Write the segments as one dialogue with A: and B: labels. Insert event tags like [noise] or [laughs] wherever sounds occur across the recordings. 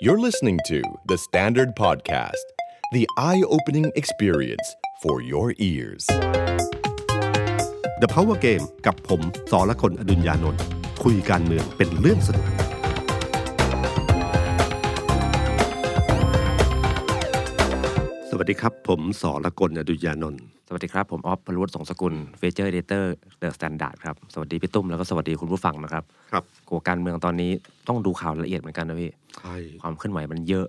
A: You're listening to The Standard Podcast, the eye opening experience for your ears.
B: The Power Game กับผมสอละคนอดุญญานนท์คุยการเมืองเป็นเรื่องสนุก สวัสดีครับ ผมสอละกลอดุญญานนท์
C: สวัสดีครับ ผมออฟพลวัตสงสกุลเฟเจอร์เดเตอร์เดอะสแตนดาร์ดครับ สวัสดีพี่ตุ้ม แล้วก็สวัสดีคุณผู้ฟังนะครับ
B: ครับ
C: โกการเมืองตอนนี้ต้องดูข่าวละเอียดเหมือนกันนะพี่
B: ใช่
C: ความเคลื่อนไหวมันเยอะ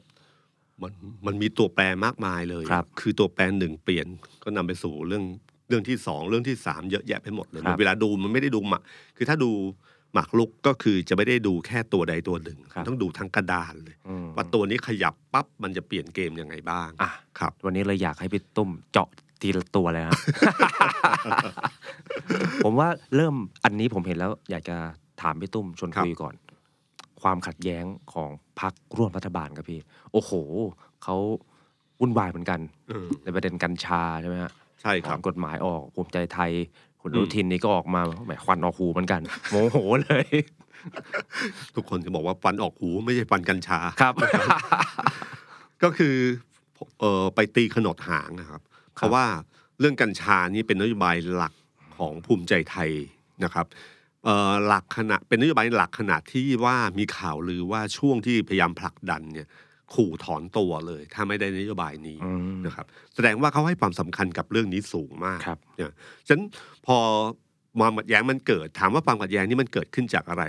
B: มันมันมีตัวแปรมากมายเลย
C: ครับ
B: อตัวแปรหนึ่งเปลี่ยนก็นำไปสู่เรื่องเรื่องที่สองเรื่องที่สามเยอะแยะไปหมดเลย
C: ครับ
B: เวลาดูมันไม่ได้ดูหมักคือถ้าดูหมากลุกก็คือจะไม่ได้ดูแค่ตัวใดตัวหนึ่งต้องดูทั้งกระดานเลย
C: อืม
B: ว่าตัวนี้ขยับปั๊บมันจะเปลี่ยนเกมยังไงบ้าง
C: อ่ะ
B: ครับ
C: วันนี้เลยอยากให้พี่ตุ้มเจาะทีละตัวเลยฮะ [laughs] ผมว่าเริ่มอันนี้ผมเห็นแล้ว อยากจะถามพี่ตุ้มชวนคุยก่อน ความขัดแย้งของพรรคร่วมรัฐบาลครับพี่ โอ้โหเขาวุ่นวายเหมือนกัน
B: อืม
C: ในประเด็นกัญชาใช่ไหมฮะ
B: ใช่ครับ
C: ถอนกฎหมายออกภูมิใจไทย คุณ
B: อืม
C: รุทินนี่ก็ออกมาแหมควันออกหูเหมือน
B: [laughs]
C: กัน โมโหเลย
B: ทุกคนจะบอกว่าฟันออกหูไม่ใช่ฟันกัญชา
C: ครับ
B: ก็คือเออไปตีขนดหางนะครับ เพราะว่าเรื่องกัญชานี่เป็นนโยบายหลักของภูมิใจไทยนะครับเอ่อหลักขณะเป็นนโยบายหลักขณะที่ว่ามีข่าวลือว่าช่วงที่พยายามผลักดันเนี่ยขู่ถอนตัวเลย ถ้าไม่ได้นโยบายนี้
C: อืม
B: นะครับ แสดงว่าเขาให้ความสำคัญกับเรื่องนี้สูงมาก
C: ครับ
B: เนี่ยฉะนันพอความขัดแย้งมันเกิด ถามว่าความขัดแย้งนี่มันเกิดขึ้นจากอะไร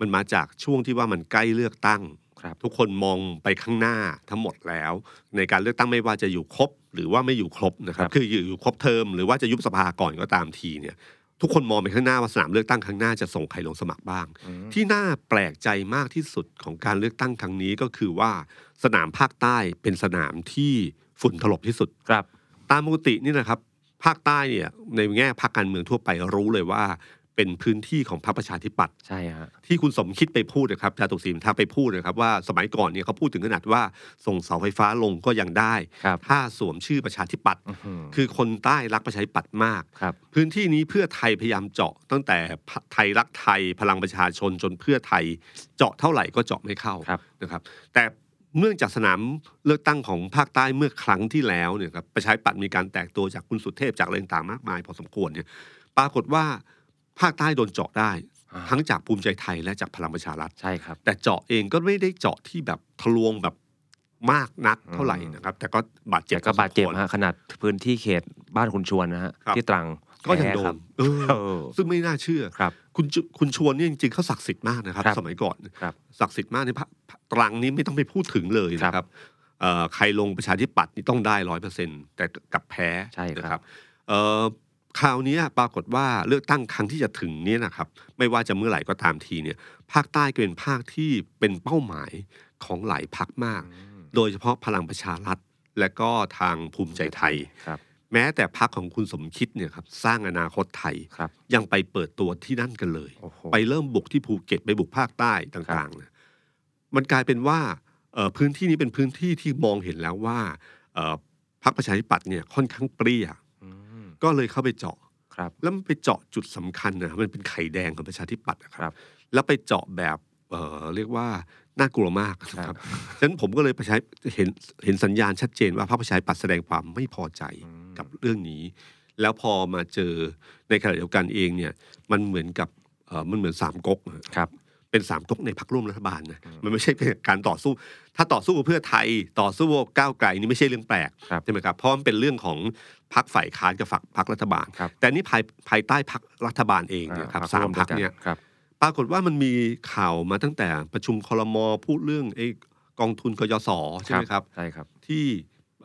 B: มันมาจากช่วงที่ว่ามันใกล้เลือกตั้ง
C: ครับ
B: ทุกคนมองไปข้างหน้าทั้งหมดแล้ว ในการเลือกตั้งไม่ว่าจะอยู่ครบหรือว่าไม่อยู่ครบนะครับ
C: ครับ
B: คืออยู่อยู่ครบเทอมหรือว่าจะยุบสภาก่อนก็ตามทีเนี่ย ทุกคนมองไปข้างหน้าว่าสนามเลือกตั้งข้างหน้าจะส่งใครลงสมัครบ้าง
C: อืม
B: ที่น่าแปลกใจมากที่สุดของการเลือกตั้งครั้งนี้ก็คือว่าสนามภาคใต้เป็นสนามที่ฝุ่นถลบที่สุด
C: ครับ
B: ตามปกตินี่นะครับ ภาคใต้เนี่ยในแง่ภาคการเมืองทั่วไปรู้เลยว่า เป็นพื้นที่ของพรรคประชาธิปัตย์
C: ใช่ฮะ
B: ที่คุณสมคิดไปพูดนะครับจาตุศรีพิทักษ์ไปพูดนะครับว่าสมัยก่อนเนี่ยเขาพูดถึงขนาดว่าส่งเสาไฟฟ้าลงก็ยังได้
C: ครับ
B: ถ้าสวมชื่อประชาธิปัตย์
C: อื้อหือ
B: คือคนใต้รักประชาธิปัตย์มาก
C: ครับ
B: พื้นที่นี้เพื่อไทยพยายามเจาะ ตั้งแต่พรรคไทยรักไทยพลังประชาชนจนเพื่อไทยเจาะเท่าไหร่ก็เจาะไม่เข้า
C: ครับ
B: นะครับ แต่เนื่องจากสนามเลือกตั้งของภาคใต้เมื่อครั้งที่แล้วเนี่ยครับประชาธิปัตย์มีการแตกตัวจากคุณสุเทพจากอะไรต่างๆมากมายพอสมควรเนี่ยปรากฏว่าภาคใต้โดนเจาะได้
C: อ่า
B: ทั้งจากภูมิใจไทยและจากพลังประชารัฐ
C: ใช่ครับ
B: แต่เจาะเองก็ไม่ได้เจาะที่แบบทะลวงแบบมากนักเท่าไหร่นะครับ แต่ก็บาดเจ็
C: แต่
B: บ
C: ก็บาดเจ็บ
B: พอสมควร
C: ฮะขนาดพื้นที่เขตบ้านคุณชวนนะฮะ
B: ครับ
C: ที่ตรัง
B: ก็ยังโด
C: แพ้ครั
B: น
C: บ
B: เออ
C: เออ
B: ซึ่งไม่น่าเชื่อ
C: ครับ
B: คุณจุคุณชวนเนี่ยจริงๆเขาศักดิ์สิทธิ์มากนะครับ
C: ครับ
B: สมัยก่อน
C: ครับ
B: ศักดิ์สิทธิ์มากในพระพระตรังนี้ไม่ต้องไปพูดถึงเลย
C: ครับ
B: นะครับเอ่อใครลงประชาธิปัตย์นี่ต้องได้ร้อยเปอร์เซ็นต์แต่กลับแพ้
C: ใช่ครับ
B: นะเอ่อคราวเนี้ยปรากฏว่าเลือกตั้งครั้งที่จะถึงเนี่ยนะครับ ไม่ว่าจะเมื่อไหร่ก็ตามทีเนี่ย ภาคใต้ก็เป็นภาคที่เป็นเป้าหมายของหลายพักมาก โดยเฉพาะพลังประชารัฐและก็ทางภูมิใจไทย
C: ครับ
B: แม้แต่พักของคุณสมคิดเนี่ยครับสร้างอนาคตไทย
C: ครับ
B: ยังไปเปิดตัวที่นั่นกันเลย
C: โอ้โห
B: ไปเริ่มบุกที่ภูเก็ตไปบุกภาคใต้ต่างๆนะมันกลายเป็นว่าเอ่อพื้นที่นี้เป็นพื้นที่ที่มองเห็นแล้วว่าเอ่อพรรคประชาธิปัตย์เนี่ยค่อนข้างเปรี้ย
C: อืม
B: ก็เลยเข้าไปเจาะ
C: ครับ
B: แล้วมันไปเจาะจุดสำคัญนะครับมันเป็นไข่แดงของประชาธิปัตย์นะค
C: ครั
B: รับ
C: บ
B: แล้วไปเจาะแบบเอ่อเรียกว่าน่ากลัวมากนะค
C: ครั
B: รับบ ฉะนั้นผมก็เลยประชาเห็นเห็นสัญญาณชัดเจนว่าพรรคประชาธิปัตย์แสดงความไม่พอใจ
C: อืม
B: กับเรื่องนี้ แล้วพอมาเจอในขณะเดียวกันเองเนี่ยมันเหมือนกับเอ่อมันเหมือนสามก๊กนะครับ เป็นสามก๊กในพักร่วมรัฐบาลนะมันไม่ใช่เป็นการต่อสู้ ถ้าต่อสู้กับเพื่อไทยต่อสู้กับก้าวไกลนี่ไม่ใช่เรื่องแปลก
C: ครับ
B: ใช่ไหมครับเพราะมันเป็นเรื่องของพักฝ่ายค้านกับฝักพักรัฐบาล
C: ครับ
B: แต่นี่ภายภายใต้พักรัฐบาลเองเนี่ยครับ
C: อ่
B: สามพักเนี่ย
C: ครับ
B: ปรากฏว่ามันมีข่าวมาตั้งแต่ประชุมคลรมพูดเรื่องไอ้กองทุนกยศใช่ไหมครับ
C: ใช่ครับ
B: ที่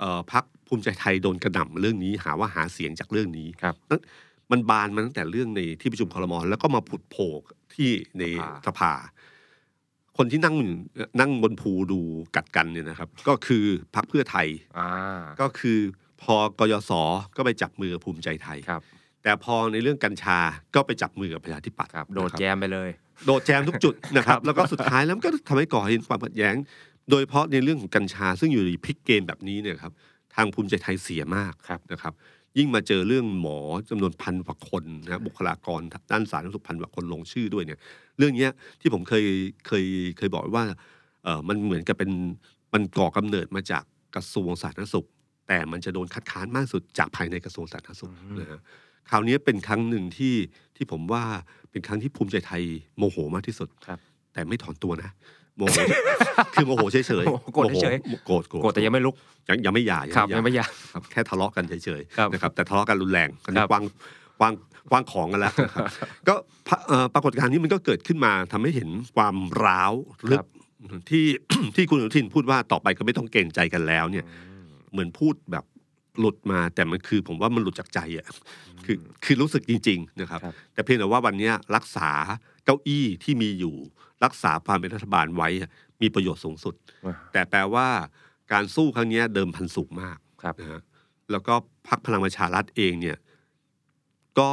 B: เอ่อพักภูมิใจไทยโดนกระหน่ำเรื่องนี้ หาว่าหาเสียงจากเรื่องนี้
C: ครับ
B: นั้นมันบานมาตั้งแต่เรื่องในที่ประชุมคลรมแล้วก็มาผุดโผล่ที่ในสภา คนที่นั่งอยู่นั่งบนภูดูกัดกันเนี่ยนะครับ ก็คือพักเพื่อไทย
C: อ่า
B: ก็คือพอกยศก็ไปจับมือกับภูมิใจไทย
C: ครับ
B: แต่พอในเรื่องกัญชาก็ไปจับมือกับประชาธิปัตย์
C: ครับ โดด
B: นะครับ
C: แจมไปเลย
B: โดดแจมทุกจุดนะค
C: ครั
B: รับ
C: บ
B: แล้วก็สุดท้ายแล้วมันก็ทำให้ก่อให้เห็นความขัดแย้ง โดยเฉพาะในเรื่องของกัญชา ซึ่งอยู่ในพลิกเกมแบบนี้เนี่ยครับทางภูมิใจไทยเสียมาก
C: ครับ
B: นะครับ ยิ่งมาเจอเรื่องหมอจำนวนพันกว่าคนนะบุคลากรด้านสาธารณสุขพันกว่าคนลงชื่อด้วยเนี่ย เรื่องเนี้ยที่ผมเคยเคยเคยบอกไว้ว่า เอ่อมันเหมือนกับเป็นมันก่อกำเนิดมาจากกระทรวงสาธารณสุข แต่มันจะโดนคัดค้านมากสุดจากภายในกระทรวงสาธารณสุข
C: อืม
B: นะฮะคราวนี้เป็นครั้งหนึ่งที่ที่ผมว่าเป็นครั้งที่ภูมิใจไทยโมโหมากที่สุด
C: ครับ
B: แต่ไม่ถอนตัวนะโมโห [laughs] คือโมโหเฉยๆ
C: โอ้โหโกรธเฉย
B: โมโหโกรธ
C: โกรธแต่ยังไม่ลุก
B: ยังยังไม่หย่า
C: ครับ
B: ห
C: ยั
B: ย่า
C: งไม่อยาก
B: ครับแค่ทะเลาะกันเฉย
C: ครับ
B: ๆนะครับแต่ทะเลาะกันรุนแรงอันนี้
C: ครับ
B: กวางกวางกวางของกันแล้วนะครับก็พะเอ่อปรากฏการณ์นี้มันก็เกิดขึ้นมาทำให้เห็นความร้าวลึกที่ [coughs] ที่คุณอนุทินพูดว่าต่อไปก็ไม่ต้องเกรงใจกันแล้วเนี่ยเหมือนพูดแบบหลุดมาแต่มันคือผมว่ามันหลุดจากใจอ่ะคือคือรู้สึกจริง ๆนะครับ
C: ครับ
B: แต่เพียงแต่ว่าวันเนี้ยรักษาเก้าอี้ที่มีอยู่ รักษาความเป็นรัฐบาลไว้อะมีประโยชน์สูงสุด
C: อ่า
B: แต่แปลว่าการสู้ครั้งเนี้ยเดิมพันสูงมาก
C: ครับ
B: นะฮะแล้วก็พักพลังประชารัฐเองเนี่ยก็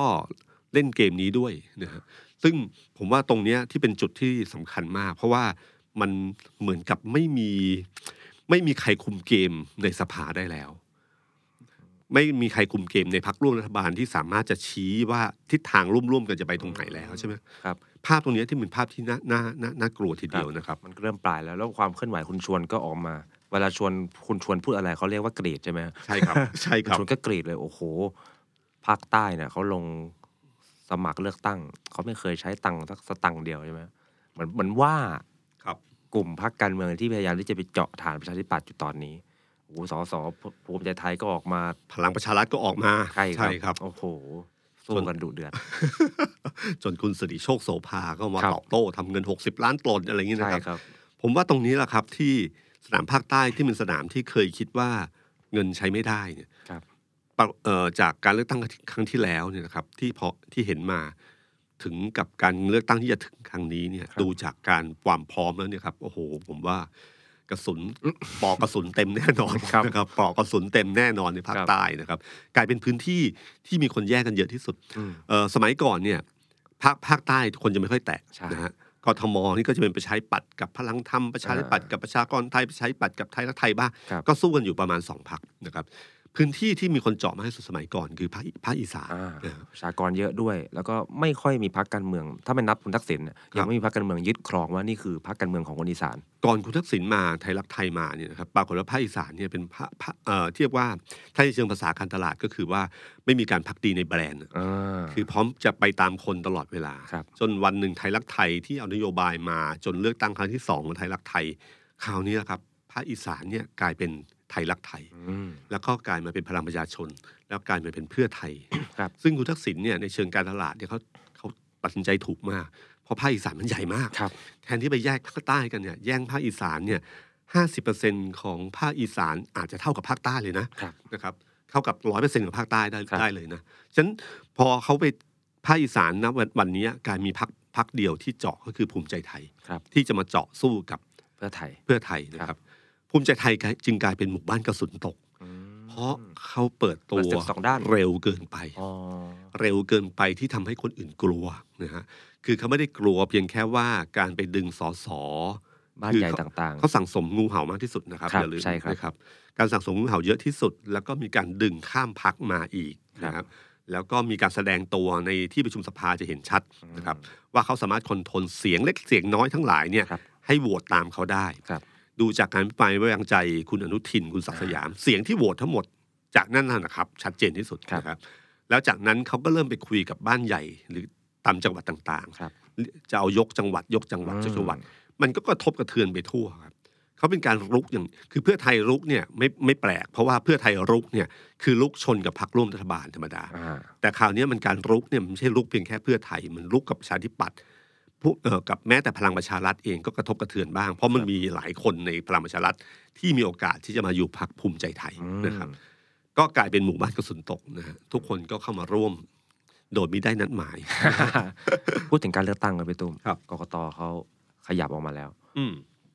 B: เล่นเกมนี้ด้วยนะฮะซึ่งผมว่าตรงเนี้ยที่เป็นจุดที่สำคัญมาก เพราะว่ามันเหมือนกับไม่มีไม่มีใครคุมเกมในสภาได้แล้ว ไม่มีใครคุมเกมในพักร่วมรัฐบาลที่สามารถจะชี้ว่าทิศทางร่วมๆกันจะไปตรงไหนแล้วใช่ไหม
C: ครับ
B: ภาพตรงเนี้ยที่เป็นภาพที่น่าน่าน่าน่ากลัวทีเดียวนะครับ
C: มันก็เริ่มปลายแล้ว แล้วความเคลื่อนไหวคุณชวนก็ออกมา เวลาชวนคุณชวนพูดอะไรเขาเรียกว่ากรีดใช่ไหมฮะ
B: ใช่ครับ ใช่
C: คุ
B: ค
C: ณ
B: รับ
C: ชวนก็กรีดเลยโอ้โหภาคใต้เนี่ยเขาลงสมัครเลือกตั้ง เขาไม่เคยใช้ตังค์สักสตังค์เดียวใช่ไหมเหมือนเหมือนว่า
B: ครับ
C: กลุ่มพรรคการเมืองที่พยายามที่จะไปเจาะฐานประชาธิปัตย์อยู่ตอนนี้โอ้โหสสภูมิใจไทยก็ออกมา
B: พลังประชารัฐก็ออกมา
C: ใกล้
B: ครับ
C: โอ้โหสู้กันดุเดือด
B: จนคุณสิริโชคโสภาก็มา
C: ครับ
B: ตอบโต้ทำเงิน 60 ล้านตลนอะไรอย่างนี้
C: ใช่
B: นะครับ
C: ครับ
B: ผมว่าตรงนี้แหละครับที่สนามภาคใต้ที่เป็นสนามที่เคยคิดว่าเงินใช้ไม่ได้เนี่ย
C: ครับ
B: ปะเอ่อจากการเลือกตั้งครั้งที่แล้วเนี่ยนะครับที่พอที่เห็นมาถึงกับการเลือกตั้งที่จะถึงครั้งนี้เนี่ยดูจากการความพร้อมแล้วเนี่ยครับโอ้โห ผมว่ากระสุ
C: [coughs]
B: นปลอกกระสุนเต็มแน่นอน
C: ครับ
B: นะครับปลอกกระสุนเต็มแน่นอนในภาค
C: ครับ
B: ใต้นะครับ กลายเป็นพื้นที่ที่มีคนแย่งกันเยอะที่สุด
C: อืม
B: เอ่อสมัยก่อนเนี่ยภาคภาคใต้คนจะไม่ค่อยแตะ
C: ใช่
B: นะฮะกทมนี่ก็จะเป็นประชาธิปัดกับพลังธรรมประชาธิปัดกับประชากรไทยประชาธิปัดกับไทยรักไทยบ้าง
C: ครับ
B: ก็สู้กันอยู่ประมาณสองพักนะครับพื้นที่ที่มีคนเจาะมากที่สุดสมัยก่อนคือภาคภาคอีสาน
C: อ่า
B: นะฮะ
C: ประชากรเยอะด้วย แล้วก็ไม่ค่อยมีพรรคการเมือง ถ้าไม่นับคุณทักษิณเนี่ย
B: ครั
C: ยั
B: บ
C: งไม่มีพรรคการเมืองยึดครองว่านี่คือพรรคการเมืองของคนอีสาน
B: ก่อนคุณทักษิณมาไทยรักไทยมาเนี่ยนะครับปรากฏว่าภาคอีสานเนี่ยเป็นภาคภาคเอ่อเทียบว่าถ้าในเชิงภาษาการตลาดก็คือว่าไม่มีการพักดีในแบรนด์
C: อ่า
B: คือพร้อมจะไปตามคนตลอดเวลา
C: ครับ
B: จนวันหนึ่งไทยรักไทยที่เอานโยบายมาจนเลือกตั้งครั้งที่สองของไทยรักไทยคราวนี้แหละครับภาคอีสานเนี่ยกลายเป็นไทยรักไทย
C: ม
B: แล้วก็กลายมาเป็นพลังประชาชน แล้วกลายมาเป็นเพื่อไทย [coughs]
C: ครับ
B: ซึ่งคุณทักษิณเนี่ยในเชิงการตลาดเนี่ยเขาเขาตัดสินใจถูกมาก เพราะภาคอีสานมันใหญ่มาก
C: ครับ
B: แทนที่ไปแยกภาคใต้กันเนี่ยแย่งภาคอีสานเนี่ยห้าสิบเปอร์เซ็นของภาคอีสานอาจจะเท่ากับภาคใต้เลยนะครับ นะครับเท่ากับร้อยเปอร์เซ็นของภาคใต้ได้
C: ครับ
B: ได้เลยนะฉะนั้นพอเขาไปภาคอีสานนะวันวันนี้กลายมีพักพักเดียวที่เจาะก็คือภูมิใจไทย
C: ครับ
B: ที่จะมาเจาะสู้กับ
C: เพื่อไทย
B: เพื่อไทยนะค
C: ครั
B: รับ
C: บ
B: ภูมิใจไทยจึงกลายเป็นหมู่บ้านกระสุนตก เพราะเขาเปิดตั
C: เปิ
B: ว
C: ดศึกสองด้าน
B: เร็วเกินไป
C: อ๋อ
B: เร็วเกินไปที่ทำให้คนอื่นกลัวนะฮะ คือเขาไม่ได้กลัวเพียงแค่ว่าการไปดึงสอสอ
C: บ้าน
B: คือ
C: ใหญ่
B: เข
C: ต่าง
B: เขาสั่งสมงูเห่ามากที่สุดนะครับ
C: ครับ
B: อย่าลืม
C: ใช่ครับ
B: นะครับ การสั่งสมงูเห่าเยอะที่สุด แล้วก็มีการดึงข้ามพักมาอีกนะค
C: ค
B: รั
C: รั
B: บ
C: บ
B: แล้วก็มีการแสดงตัวในที่ประชุมสภาจะเห็นชัด
C: ๆ
B: นะครับ ว่าเขาสามารถคอนโทรลเสียงเล็กเสียงน้อยทั้งหลายเนี่ย
C: ครับ
B: ให้โหวตตามเขาได้
C: ครับ
B: ดูจากการอภิปรายไม่ไว้วางใจคุณอนุทินคุณศักดิ์สยาม เสียงที่โหวตทั้งหมดจากนั่นน่ะนะครับ ชัดเจนที่สุด
C: ครับ
B: นะครับ แล้วจากนั้นเขาก็เริ่มไปคุยกับบ้านใหญ่ หรือตามจังหวัดต่าง
C: ครับ
B: ๆ จะเอายกจังหวัดยกจังหวัด
C: อืม
B: ยกจังหวัด มันก็กระทบกระเทือนไปทั่วครับเขาเป็นการรุกอย่างคือเพื่อไทยรุกเนี่ยไม่ไม่แปลก เพราะว่าเพื่อไทยรุกเนี่ยคือรุกชนกับพรรคร่วมรัฐบาลธรรมดา
C: อ่า [laughs]
B: แต่คราวนี้มันการรุกเนี่ยมันไม่ใช่รุกเพียงแค่เพื่อไทย มันรุกกับประชาธิปัตย์พวกเอ่อกับแม้แต่พลังประชารัฐเองก็กระทบกระเทือนบ้าง เพราะมันมีหลายคนในพลังประชารัฐที่มีโอกาสที่จะมาอยู่พักภูมิใจไทย
C: อืม
B: นะครับ ก็กลายเป็นหมู่บ้านกระสุนตกนะฮะทุกคนก็เข้ามาร่วม โดยไม่ได้นัดหมาย
C: พูดถึงการเลือกตั้งกันไปตุ้ม
B: ครับ
C: กกตเขาขยับออกมาแล้ว
B: อืม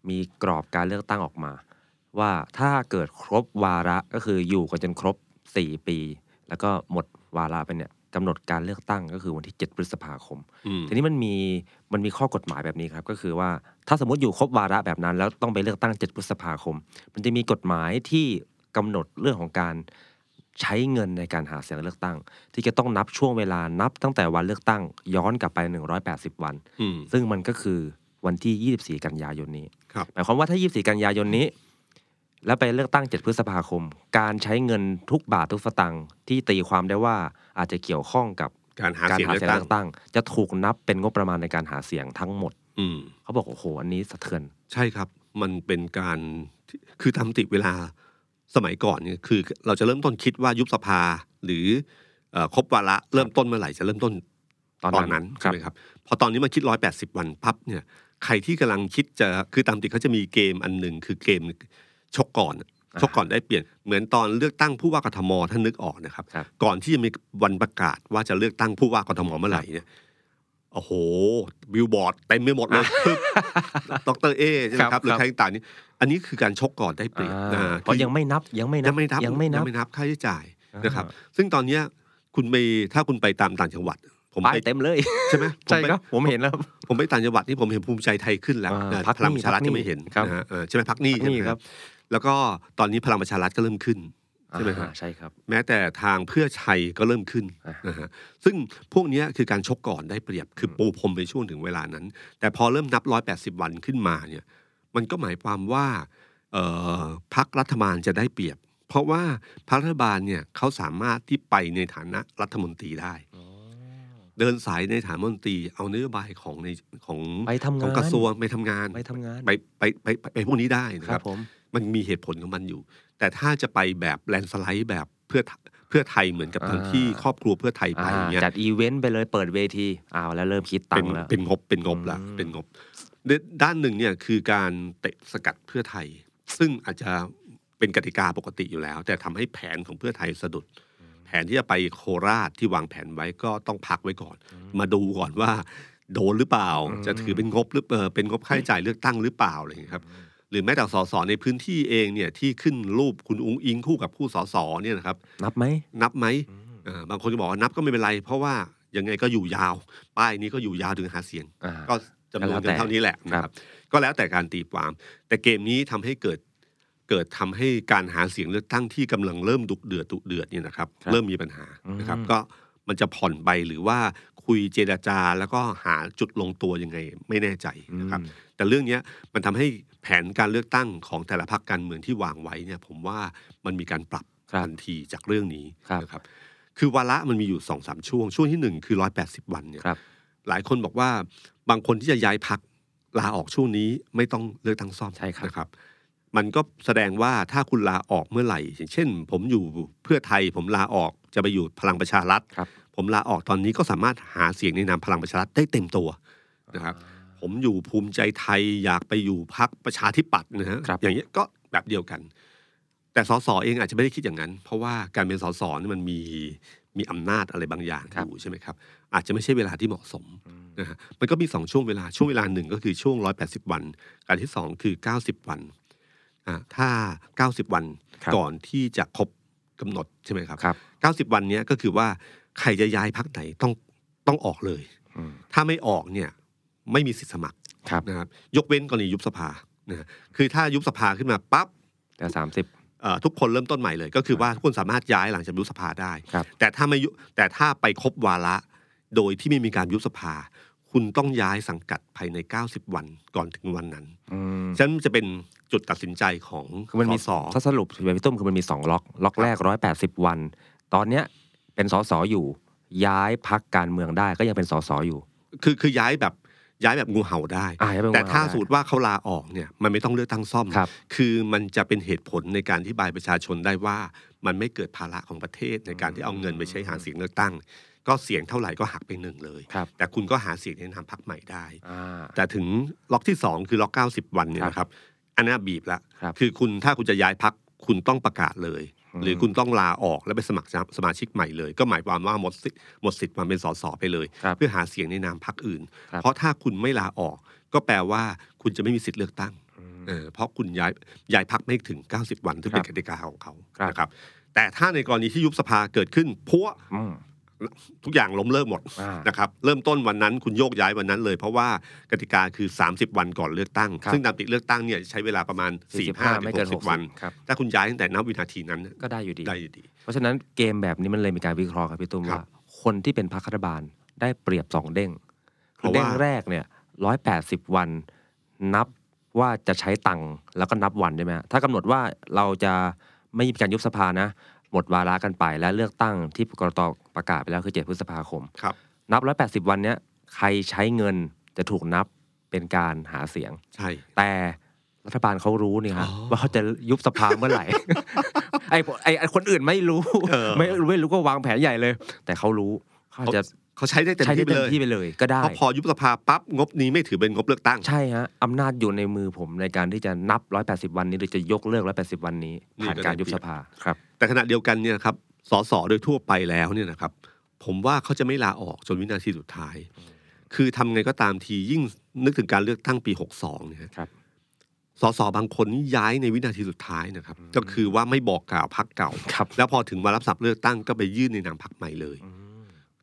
C: มีกรอบการเลือกตั้งออกมา ว่าถ้าเกิดครบวาระก็คืออยู่กันจนครบ 4 ปี แล้วก็หมดวาระไปเนี่ยกำหนดการเลือกตั้งก็คือวันที่ 7 พฤษภาคม
B: อืม
C: ทีนี้มันมีมันมีข้อกฎหมายแบบนี้ครับ ก็คือว่าถ้าสมมติอยู่ครบวาระแบบนั้น แล้วต้องไปเลือกตั้ง 7 พฤษภาคม มันจะมีกฎหมายที่กำหนดเรื่องของการใช้เงินในการหาเสียงเลือกตั้ง ที่จะต้องนับช่วงเวลานับตั้งแต่วันเลือกตั้งย้อนกลับไป 180 วัน
B: อืม
C: ซึ่งมันก็คือ วันที่ 24 กันยายนนี้
B: ครับ
C: หมายความว่าถ้า 24 กันยายนนี้ แล้วไปเลือกตั้ง 7 พฤษภาคม การใช้เงินทุกบาททุกสตังค์ที่ตีความได้ว่าอาจจะเกี่ยวข้องกับ
B: การหา
C: การ
B: เสียง
C: หา
B: เลือ
C: เสีย
B: ก
C: ง
B: ตั้ง
C: เลือกตั้ง จะถูกนับเป็นงบประมาณในการหาเสียงทั้งหมด
B: อืม
C: เขาบอกโอ้โหอันนี้สะเทือน
B: ใช่ครับ มันเป็นการที่คือตามติเวลาสมัยก่อนเนี่ยคือเราจะเริ่มต้นคิดว่ายุบสภาหรือเอ่อครบวาระเริ่มต้นเมื่อไหร่จะเริ่มต้น
C: ตอนนั้นค
B: ใช่
C: รับ
B: ไหมครับพอตอนนี้มาคิด 180 วันพับเนี่ยใครที่กำลังคิดจะคือตามติเขาจะมีเกมอันหนึ่งคือเกมชกก่อน
C: อ่า
B: ชกก่อนได้เปลี่ยนเหมือนตอนเลือกตั้งผู้ว่ากทมท่านนึกออกนะครับ
C: ครับ
B: ก่อนที่จะมีวันประกาศว่าจะเลือกตั้งผู้ว่ากทมเมื่อไหร่เนี่ยโอ้โหบิลบอร์ดเต็มไปหมดเลยปึ๊บ ดอกเตอรเอใช่ไหม
C: ค
B: ค
C: รั
B: รั
C: บบ
B: หรือ
C: ครับ
B: ใครต่างๆนี่อันนี้คือการชกก่อนได้เปรียบ
C: อ่า
B: อ่า
C: เพราะยังไม่นับยังไม่นับ
B: ยังไม่นับ
C: ยังไม่นับ
B: ค่าใช้จ่าย
C: อ่าน
B: นะครับ ซึ่งตอนเนี้ยคุณไปถ้าคุณไปตามต่างจังหวัด ผม
C: ไป
B: ไป
C: เต็มเลย
B: ใช่ไหมผม
C: ใช่
B: ไป
C: ครับผมเห็นแล้ว
B: ผมไปต่างจังหวัดนี่ผมเห็นภูมิใจไทยขึ้นแล้ว
C: อ่า
B: เออ
C: พรรค
B: พลังประชารัฐ
C: นี่
B: จะไม่เห็น
C: ครับ
B: นะฮะเออใช่ไหมพักนี่
C: พรรค
B: ใช่ไห
C: นี่
B: ม
C: ค
B: ค
C: รั
B: รับ บ แล้วก็ตอนนี้พลังประชารัฐก็เริ่มขึ้น ใช่ไหมครับ
C: อ่าใช่ครับ
B: แม้แต่ทางเพื่อไทยก็เริ่มขึ้น
C: อ่าน
B: นะฮะซึ่งพวกเนี้ยคือการชกก่อนได้เปรียบคือปูพรมไปช่วงถึงเวลานั้น แต่พอเริ่มนับ 180 วันขึ้นมาเนี่ยมันก็หมายความว่าเอ่อพักรัฐบาลจะได้เปรียบ เพราะว่าพรรครัฐบาลเนี่ยเขาสามารถที่ไปในฐานะรัฐมนตรีได้ เดินสายในฐานะรัฐมนตรีเอานโยบายของในของ
C: ไปทำงาน
B: ของกระทรวงไปทำงาน
C: ไปทำงาน
B: ไปไปไปไปไปพวกนี้ได้นะ
C: ค
B: ค
C: รั
B: รั
C: บบ ผม
B: มันมีเหตุผลของมันอยู่ แต่ถ้าจะไปแบบแลนสไลด์แบบเพื่อเพื่อไทยเหมือนกับตอนที่ครอบครัวเพื่อไทยไป
C: อ่า
B: อย่างเงี้ย
C: จัดอีเวนต์ไปเลยเปิดเวทีอ้าวแล้วเริ่มคิดตั
B: เป็น
C: งค์แล้ว
B: เป็นงบเป็นงบละ
C: อืม
B: เป็นงบดด้านหนึ่งเนี่ยคือการเตะสกัดเพื่อไทย ซึ่งอาจจะเป็นกติกาปกติอยู่แล้ว แต่ทำให้แผนของเพื่อไทยสะดุด แผนที่จะไปโคราชที่วางแผนไว้ก็ต้องพักไว้ก่อน มาดูก่อนว่า โดนหรือเปล่า จะถือเป็นงบหรือเปล่าเป็นงบค่าใช้จ่ายเลือกตั้งหรือเปล่าอะไรอย่างเงี้ยครับ หรือแม้แต่สสในพื้นที่เองเนี่ยที่ขึ้นรูปคุณอุ้งอิงคู่กับผู้สสเนี่ยนะครับ
C: นับไหม
B: นับไหมเอ่อบางคนก็บอกว่านับก็ไม่เป็นไร เพราะว่ายังไงก็อยู่ยาว ป้ายนี้ก็อยู่ยาวถึงหาเสียง
C: อ่า
B: ก็จำนวนกันเท่านี้แหละนะครับ ก็แล้วแต่การตีความ แต่เกมนี้ทำให้เกิดเกิดทำให้การหาเสียงเลือกตั้งที่กำลังเริ่มดุเดือดดุเดือดเนี่ยนะครับ
C: ครับ
B: เริ่มมีปัญหานะครับ
C: อืม
B: ก็มันจะผ่อนไปหรือว่าคุยเจรจาแล้วก็หาจุดลงตัวยังไงไม่แน่ใจนะครับ แต่เรื่องเนี้ยมันทำให้แผนการเลือกตั้งของแต่ละพรรคการเมืองที่วางไว้เนี่ยผมว่ามันมีการปรับ
C: ครับ
B: ทันทีจากเรื่องนี้
C: ครับ
B: นะครับคือวาระมันมีอยู่สองสามช่วง ช่วงที่หนึ่งคือร้อยแปดสิบวันเนี่ย
C: ครับ
B: หลายคนบอกว่าบางคนที่จะย้ายพักลาออกช่วงนี้ไม่ต้องเลือกตั้งซ่อม
C: ใช่ครับ
B: นะครับ มันก็แสดงว่าถ้าคุณลาออกเมื่อไหร่ อย่างเช่น ผมอยู่เพื่อไทย ผมลาออกจะไปอยู่พลังประชารัฐ
C: ครับ
B: ผมลาออกตอนนี้ก็สามารถหาเสียงในนามพลังประชารัฐได้เต็มตัวนะครับ ผมอยู่ภูมิใจไทยอยากไปอยู่พักประชาธิปัตย์นะฮะ
C: ครับ
B: อย่างเงี้ยก็แบบเดียวกัน แต่สสเองอาจจะไม่ได้คิดอย่างนั้น เพราะว่าการเป็นสสเนี่ยมันมีมีอำนาจอะไรบางอย่าง
C: ครับ
B: อยู่ใช่ไหมครับ อาจจะไม่ใช่เวลาที่เหมาะสมนะฮะมันก็มีสองช่วงเวลาช่วงเวลาหนึ่งก็คือช่วง 180 วัน การที่สองคือ 90 วันอ่าถ้า 90 วัน
C: ครับ
B: ก่อนที่จะครบกำหนดใช่ไหมครับ
C: ครับ
B: 90 วันเนี้ยก็คือว่าใครจะย้ายพักไหนต้องต้องออกเลย
C: อืม
B: ถ้าไม่ออกเนี่ยไม่มีสิทธิสมัคร
C: ครับ
B: นะครับยกเว้นกรณียุบสภานะฮะคือถ้ายุบสภาขึ้นมาปั๊บ
C: แต่สามสิบ
B: เอ่อทุกคนเริ่มต้นใหม่เลย ก็คือว่าทุกคนสามารถย้ายหลังจากยุบสภาได้
C: ครับ
B: แต่ถ้าไม่ยุแต่ถ้าไปครบวาระ โดยที่ไม่มีการยุบสภา คุณต้องย้ายสังกัดภายใน 90 วันก่อนถึงวันนั้น
C: อืม
B: ฉะนั้นจะเป็นจุดตัดสินใจของ
C: คือมันมี
B: สส
C: ถ้าสรุปแบบพี่ตุ้มคือมันมีสองล็อกล็อกแรกร้อยแปดสิบวัน ตอนเนี้ยเป็นสสอยู่ ย้ายพักการเมืองได้ก็ยังเป็นสสอยู่
B: คือคือย้ายแบบย้ายแบบงูเห่าได้
C: อ่าย้ายแบบงูเห่า
B: แต่ถ้า
C: ได้
B: สูตรว่าเขาลาออกเนี่ยมันไม่ต้องเลือกตั้งซ่อม
C: ครับ
B: คือมันจะเป็นเหตุผลในการที่บายประชาชนได้ว่า มันไม่เกิดภาระของประเทศในการที่เอาเงินไปใช้หาเสียงเลือกตั้ง ก็เสียงเท่าไหร่ก็หักไปหนึ่งเลย
C: ครับ
B: แต่คุณก็หาเสียงในนามพรรคใหม่ได้
C: อ่า
B: แต่ถึงล็อกที่ 2 คือล็อก 90 วันเนี่ยนะครับ อันนี้บีบละ
C: ครับ
B: อคุณถ้าคุณจะย้ายพักคุณต้องประกาศเลย
C: อืม
B: หรือคุณต้องลาออกแล้วไปสมัครสมาชิกใหม่เลย ก็หมายความว่าหมดสิทธิ์หมดสิทธิ์ความเป็นสสไปเลย
C: ครับ
B: เพื่อหาเสียงในนามพักอื่น
C: ครับ
B: เพราะถ้าคุณไม่ลาออก ก็แปลว่าคุณจะไม่มีสิทธิ์เลือกตั้งเออเพราะคุณย้ายย้ายพักไม่ถึง 90 วันที่งเป็นกติกาของเขานะครับ แต่ถ้าในกรณีที่ยุบสภาเกิดขึ้นพัว
C: อืม
B: ทุกอย่างล้มเลิกหมด
C: อ่าน
B: นะครับเริ่มต้นวันนั้นคุณโยกย้ายวันนั้นเลย เพราะว่ากติกาคือ 30 วันก่อนเลือกตั้ง
C: ครับ
B: ซึ่งตามติเลือกตั้งเนี่ยใช้เวลาประมาณ 45
C: ไม่
B: ไม่
C: เกิ
B: เกิ
C: น
B: น
C: หก
B: 60 วัน
C: ครับ
B: ถ้าคุณย้ายตั้งแต่นับวินาทีนั้น
C: ก็ได้อยู่ดี
B: ได้อยู่ดี
C: เพราะฉะนั้นเกมแบบนี้มันเลยมีการวิเคราะห์ครับพี่ตุ้ม
B: ครั
C: ว่า
B: บ
C: คนที่เป็นพรรครัฐบาลได้เปรียบสองเด้ง
B: เพ
C: คือ
B: ราะว่า
C: เด้งแรกเนี่ย 180 วัน นับว่าจะใช้ตังค์แล้วก็นับวันได้ไหมฮะถ้ากำหนดว่าเราจะไม่มีการยุบสภานะ หมดวาระกันไปและเลือกตั้งที่กรตประกาศไปแล้วคือ7พฤษภาคม
B: ครับ
C: นับ 180 วันเนี้ยใครใช้เงินจะถูกนับเป็นการหาเสียง
B: ใช่
C: แต่รัฐบาลเขารู้นี่ฮะ
B: อ๋อ
C: ว่าเขาจะยุบสภาเมื่อ
B: [laughs]
C: ไหร่ ไอ้พวกไอ้ไอ้คนอื่นไม่รู้
B: เออ
C: ไม่ไม่รู้ก็วางแผนใหญ่เลย แต่เขารู้เขาอาจจะ
B: เขาใช้ได้เต็ม
C: ใช้
B: ที่ไป
C: ได้เต็
B: เล
C: ม
B: ย
C: ที่ไปเลย ก็ได้
B: เพราะพอยุบสภาปั๊บงบนี้ไม่ถือเป็นงบเลือกตั้ง
C: ใช่ฮะอำนาจอยู่ในมือผมในการที่จะนับ 180 วันนี้หรือจะยกเลิก 180 วันนี้
B: นี่
C: ผ่าน
B: ก็ได้
C: การยุบสภาครับ
B: แต่ขณะเดียวกันเนี่ยนะครับสสโดยทั่วไปแล้วเนี่ยนะครับ ผมว่าเขาจะไม่ลาออกจนวินาทีสุดท้าย คือทำไงก็ตามทียิ่งนึกถึงการเลือกตั้งปี 62เนี่ย
C: ครับ
B: สสบางคนนี่ย้ายในวินาทีสุดท้ายนะครับ ก็คือว่าไม่บอกกล่าวพักเก่า
C: ครับ
B: แล้วพอถึงวันรับสับเลือกตั้งก็ไปยื่นในนามพักใหม่เลย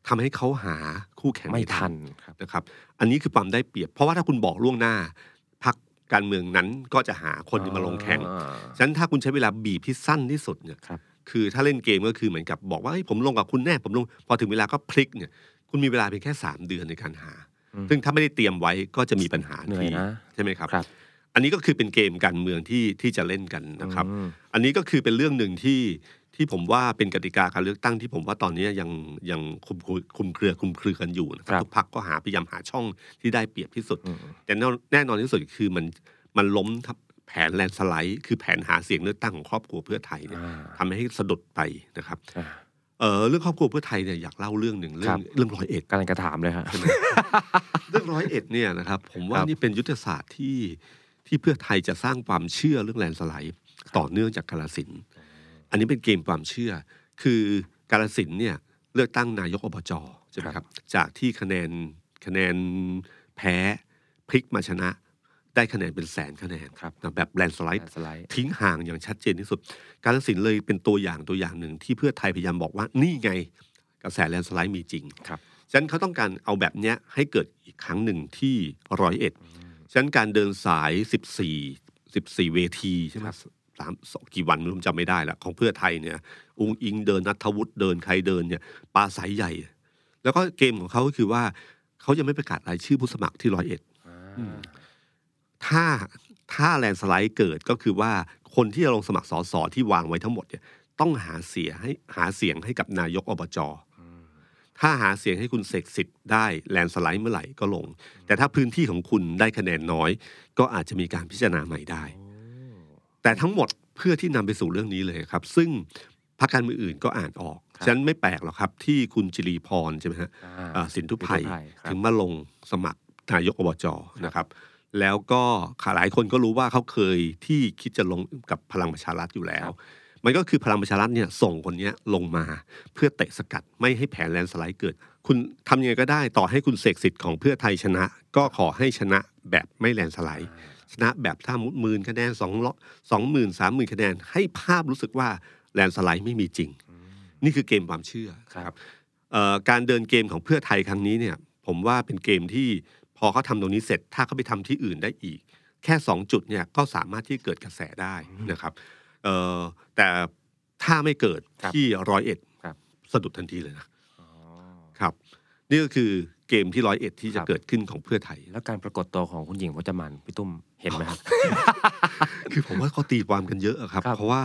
B: ทำให้เขาหาคู่แข่ง
C: ไม่ทันครับ
B: นะครับ อันนี้คือความได้เปรียบ เพราะว่าถ้าคุณบอกล่วงหน้าพักการเมืองนั้นก็จะหาคนมาลงแข่ง ฉะนั้นถ้าคุณใช้เวลาบีบที่สั้นที่สุดเนี่ย
C: ครับ
B: อถ้าเล่นเกมก็คือเหมือนกับบอกว่าเฮ้ยผมลงกับคุณแน่ผมลงพอถึงเวลาก็พลิกเนี่ยคุณมีเวลาเพียงแค่ 3 เดือนในการหา
C: อืม
B: ซึ่งถ้าไม่ได้เตรียมไว้ก็จะมีปัญหา
C: เหนื่อย
B: ที่
C: นะ
B: ใช่ไหมครับ
C: ครับ
B: อันนี้ก็คือเป็นเกมการเมืองที่ที่จะเล่นกันนะครับ
C: อืม
B: อันนี้ก็คือเป็นเรื่องหนึ่งที่ที่ผมว่าเป็นกติกาการเลือกตั้งที่ผมว่าตอนนี้ยังยังคุมคุยคุมเครือคุมเครือกันอยู่นะค
C: ครั
B: รับบ ทุกพักก็หาพยายามหาช่องที่ได้เปรียบที่สุด
C: อืม
B: แต่แน่แน่นอนที่สุดคือมันมันล้มทับแผนแลนด์สไลด์ คือแผนหาเสียงเลือกตั้งของครอบครัวเพื่อไทยเนี่ย
C: อ่า
B: ทำให้สะดุดไปนะครับ
C: อ่า
B: เออเรื่องครอบครัวเพื่อไทยเนี่ยอยากเล่าเรื่องหนึ่งเรื่อง
C: ครับ
B: เรื่องร้อยเอ็ด
C: กำลังจะถามเลยฮะ
B: เรื่องร้อยเอ็ดเนี่ยนะครับผมว่า
C: ครับ
B: นี่เป็นยุทธศาสตร์ที่ที่เพื่อไทยจะสร้างความเชื่อเรื่องแลนด์สไลด์ต่อเนื่องจากกาลสินธุ์อันนี้เป็นเกมความเชื่อ คือกาลสินธุ์เนี่ยเลือกตั้งนายกอบจใช่ไหมครับจากที่คะแนนคะแนนแพ้พลิกมาชนะ ได้คะแนนเป็นแสนคะแนน
C: ครับ
B: นะแบบแลนสไลด์
C: สไลด์
B: ทิ้งห่างอย่างชัดเจนที่สุด การตัดสินเลยเป็นตัวอย่างตัวอย่างหนึ่งที่เพื่อไทยพยายามบอกว่านี่ไงกระแสแลนสไลด์มีจริง
C: ครับ
B: ฉะนั้นเขาต้องการเอาแบบเนี้ยให้เกิดอีกครั้งหนึ่งที่ร้อยเอ็ดฉะนั้นการเดินสาย 14 14 เวทีใช่ไหมสามสองกี่วันไม่รู้จำไม่ได้ละของเพื่อไทยเนี่ยอุงอิงเดินนัทวุฒิเดินใครเดินเนี่ยปลาสายใหญ่ แล้วก็เกมของเขาก็คือว่าเขายังไม่ประกาศรายชื่อผู้สมัครที่ร้อยเอ็ด
C: อ่า
B: ถ้าถ้าแลนด์สไลด์เกิดก็คือว่าคนที่จะลงสมัครสสที่วางไว้ทั้งหมดเนี่ยต้องหาเสียงให้หาเสียงให้กับนายกอบจถ้าหาเสียงให้คุณเสกสิทธิ์ได้แลนด์สไลด์เมื่อไหร่ก็ลง แต่ถ้าพื้นที่ของคุณได้คะแนนน้อย ก็อาจจะมีการพิจารณาใหม่ได้ แต่ทั้งหมดเพื่อที่นำไปสู่เรื่องนี้เลยครับ ซึ่งพรรคการเมืองอื่นก็อ่านออกฉะนั้นไม่แปลกหรอกครับที่คุณจิรีพรใช่ไหมฮะ
C: อ่า
B: อ่าสินทุพัย
C: สินธุไพรครับ
B: ถึงมาลงสมัครนายกอบจนะครับ แล้วก็หลายคนก็รู้ว่าเขาเคยที่คิดจะลงกับพลังประชารัฐอยู่แล้ว มันก็คือพลังประชารัฐเนี่ยส่งคนเนี้ยลงมาเพื่อเตะสกัดไม่ให้แผนแลนด์สไลด์เกิด คุณทำยังไงก็ได้ต่อให้คุณเสกสิทธิ์ของเพื่อไทยชนะ ก็ขอให้ชนะแบบไม่แลนด์สไลด์ ชนะแบบถ้ามุดหมื่นคะแนนสองร้อยสองหมื่นสามหมื่นคะแนนให้ภาพรู้สึกว่าแลนด์สไลด์ไม่มีจริง นี่คือเกมความเชื่อ
C: ครับ
B: ครับเอ่อการเดินเกมของเพื่อไทยครั้งนี้เนี่ย ผมว่าเป็นเกมที่พอเขาทำตรงนี้เสร็จ ถ้าเขาไปทำที่อื่นได้อีก แค่ 2 จุดเนี่ยก็สามารถที่เกิดกระแสได้นะครับเอ่อแต่ถ้าไม่เกิด
C: ครับ
B: ที่ร้อยเอ็ด
C: ครับ
B: สะดุดทันทีเลยนะ
C: อ๋อ
B: ครับ นี่ก็คือเกมที่ร้อยเอ็ดที่จะ
C: ครับ
B: เกิดขึ้นของเพื่อไทย
C: แล้วการปรากฏตัวของคุณหญิงพจมานพี่ตุ้มเห็นไหม [laughs] ครับ
B: คือผมว่าเขาตีความกันเยอะอะครับ
C: ครับ
B: เพราะว่า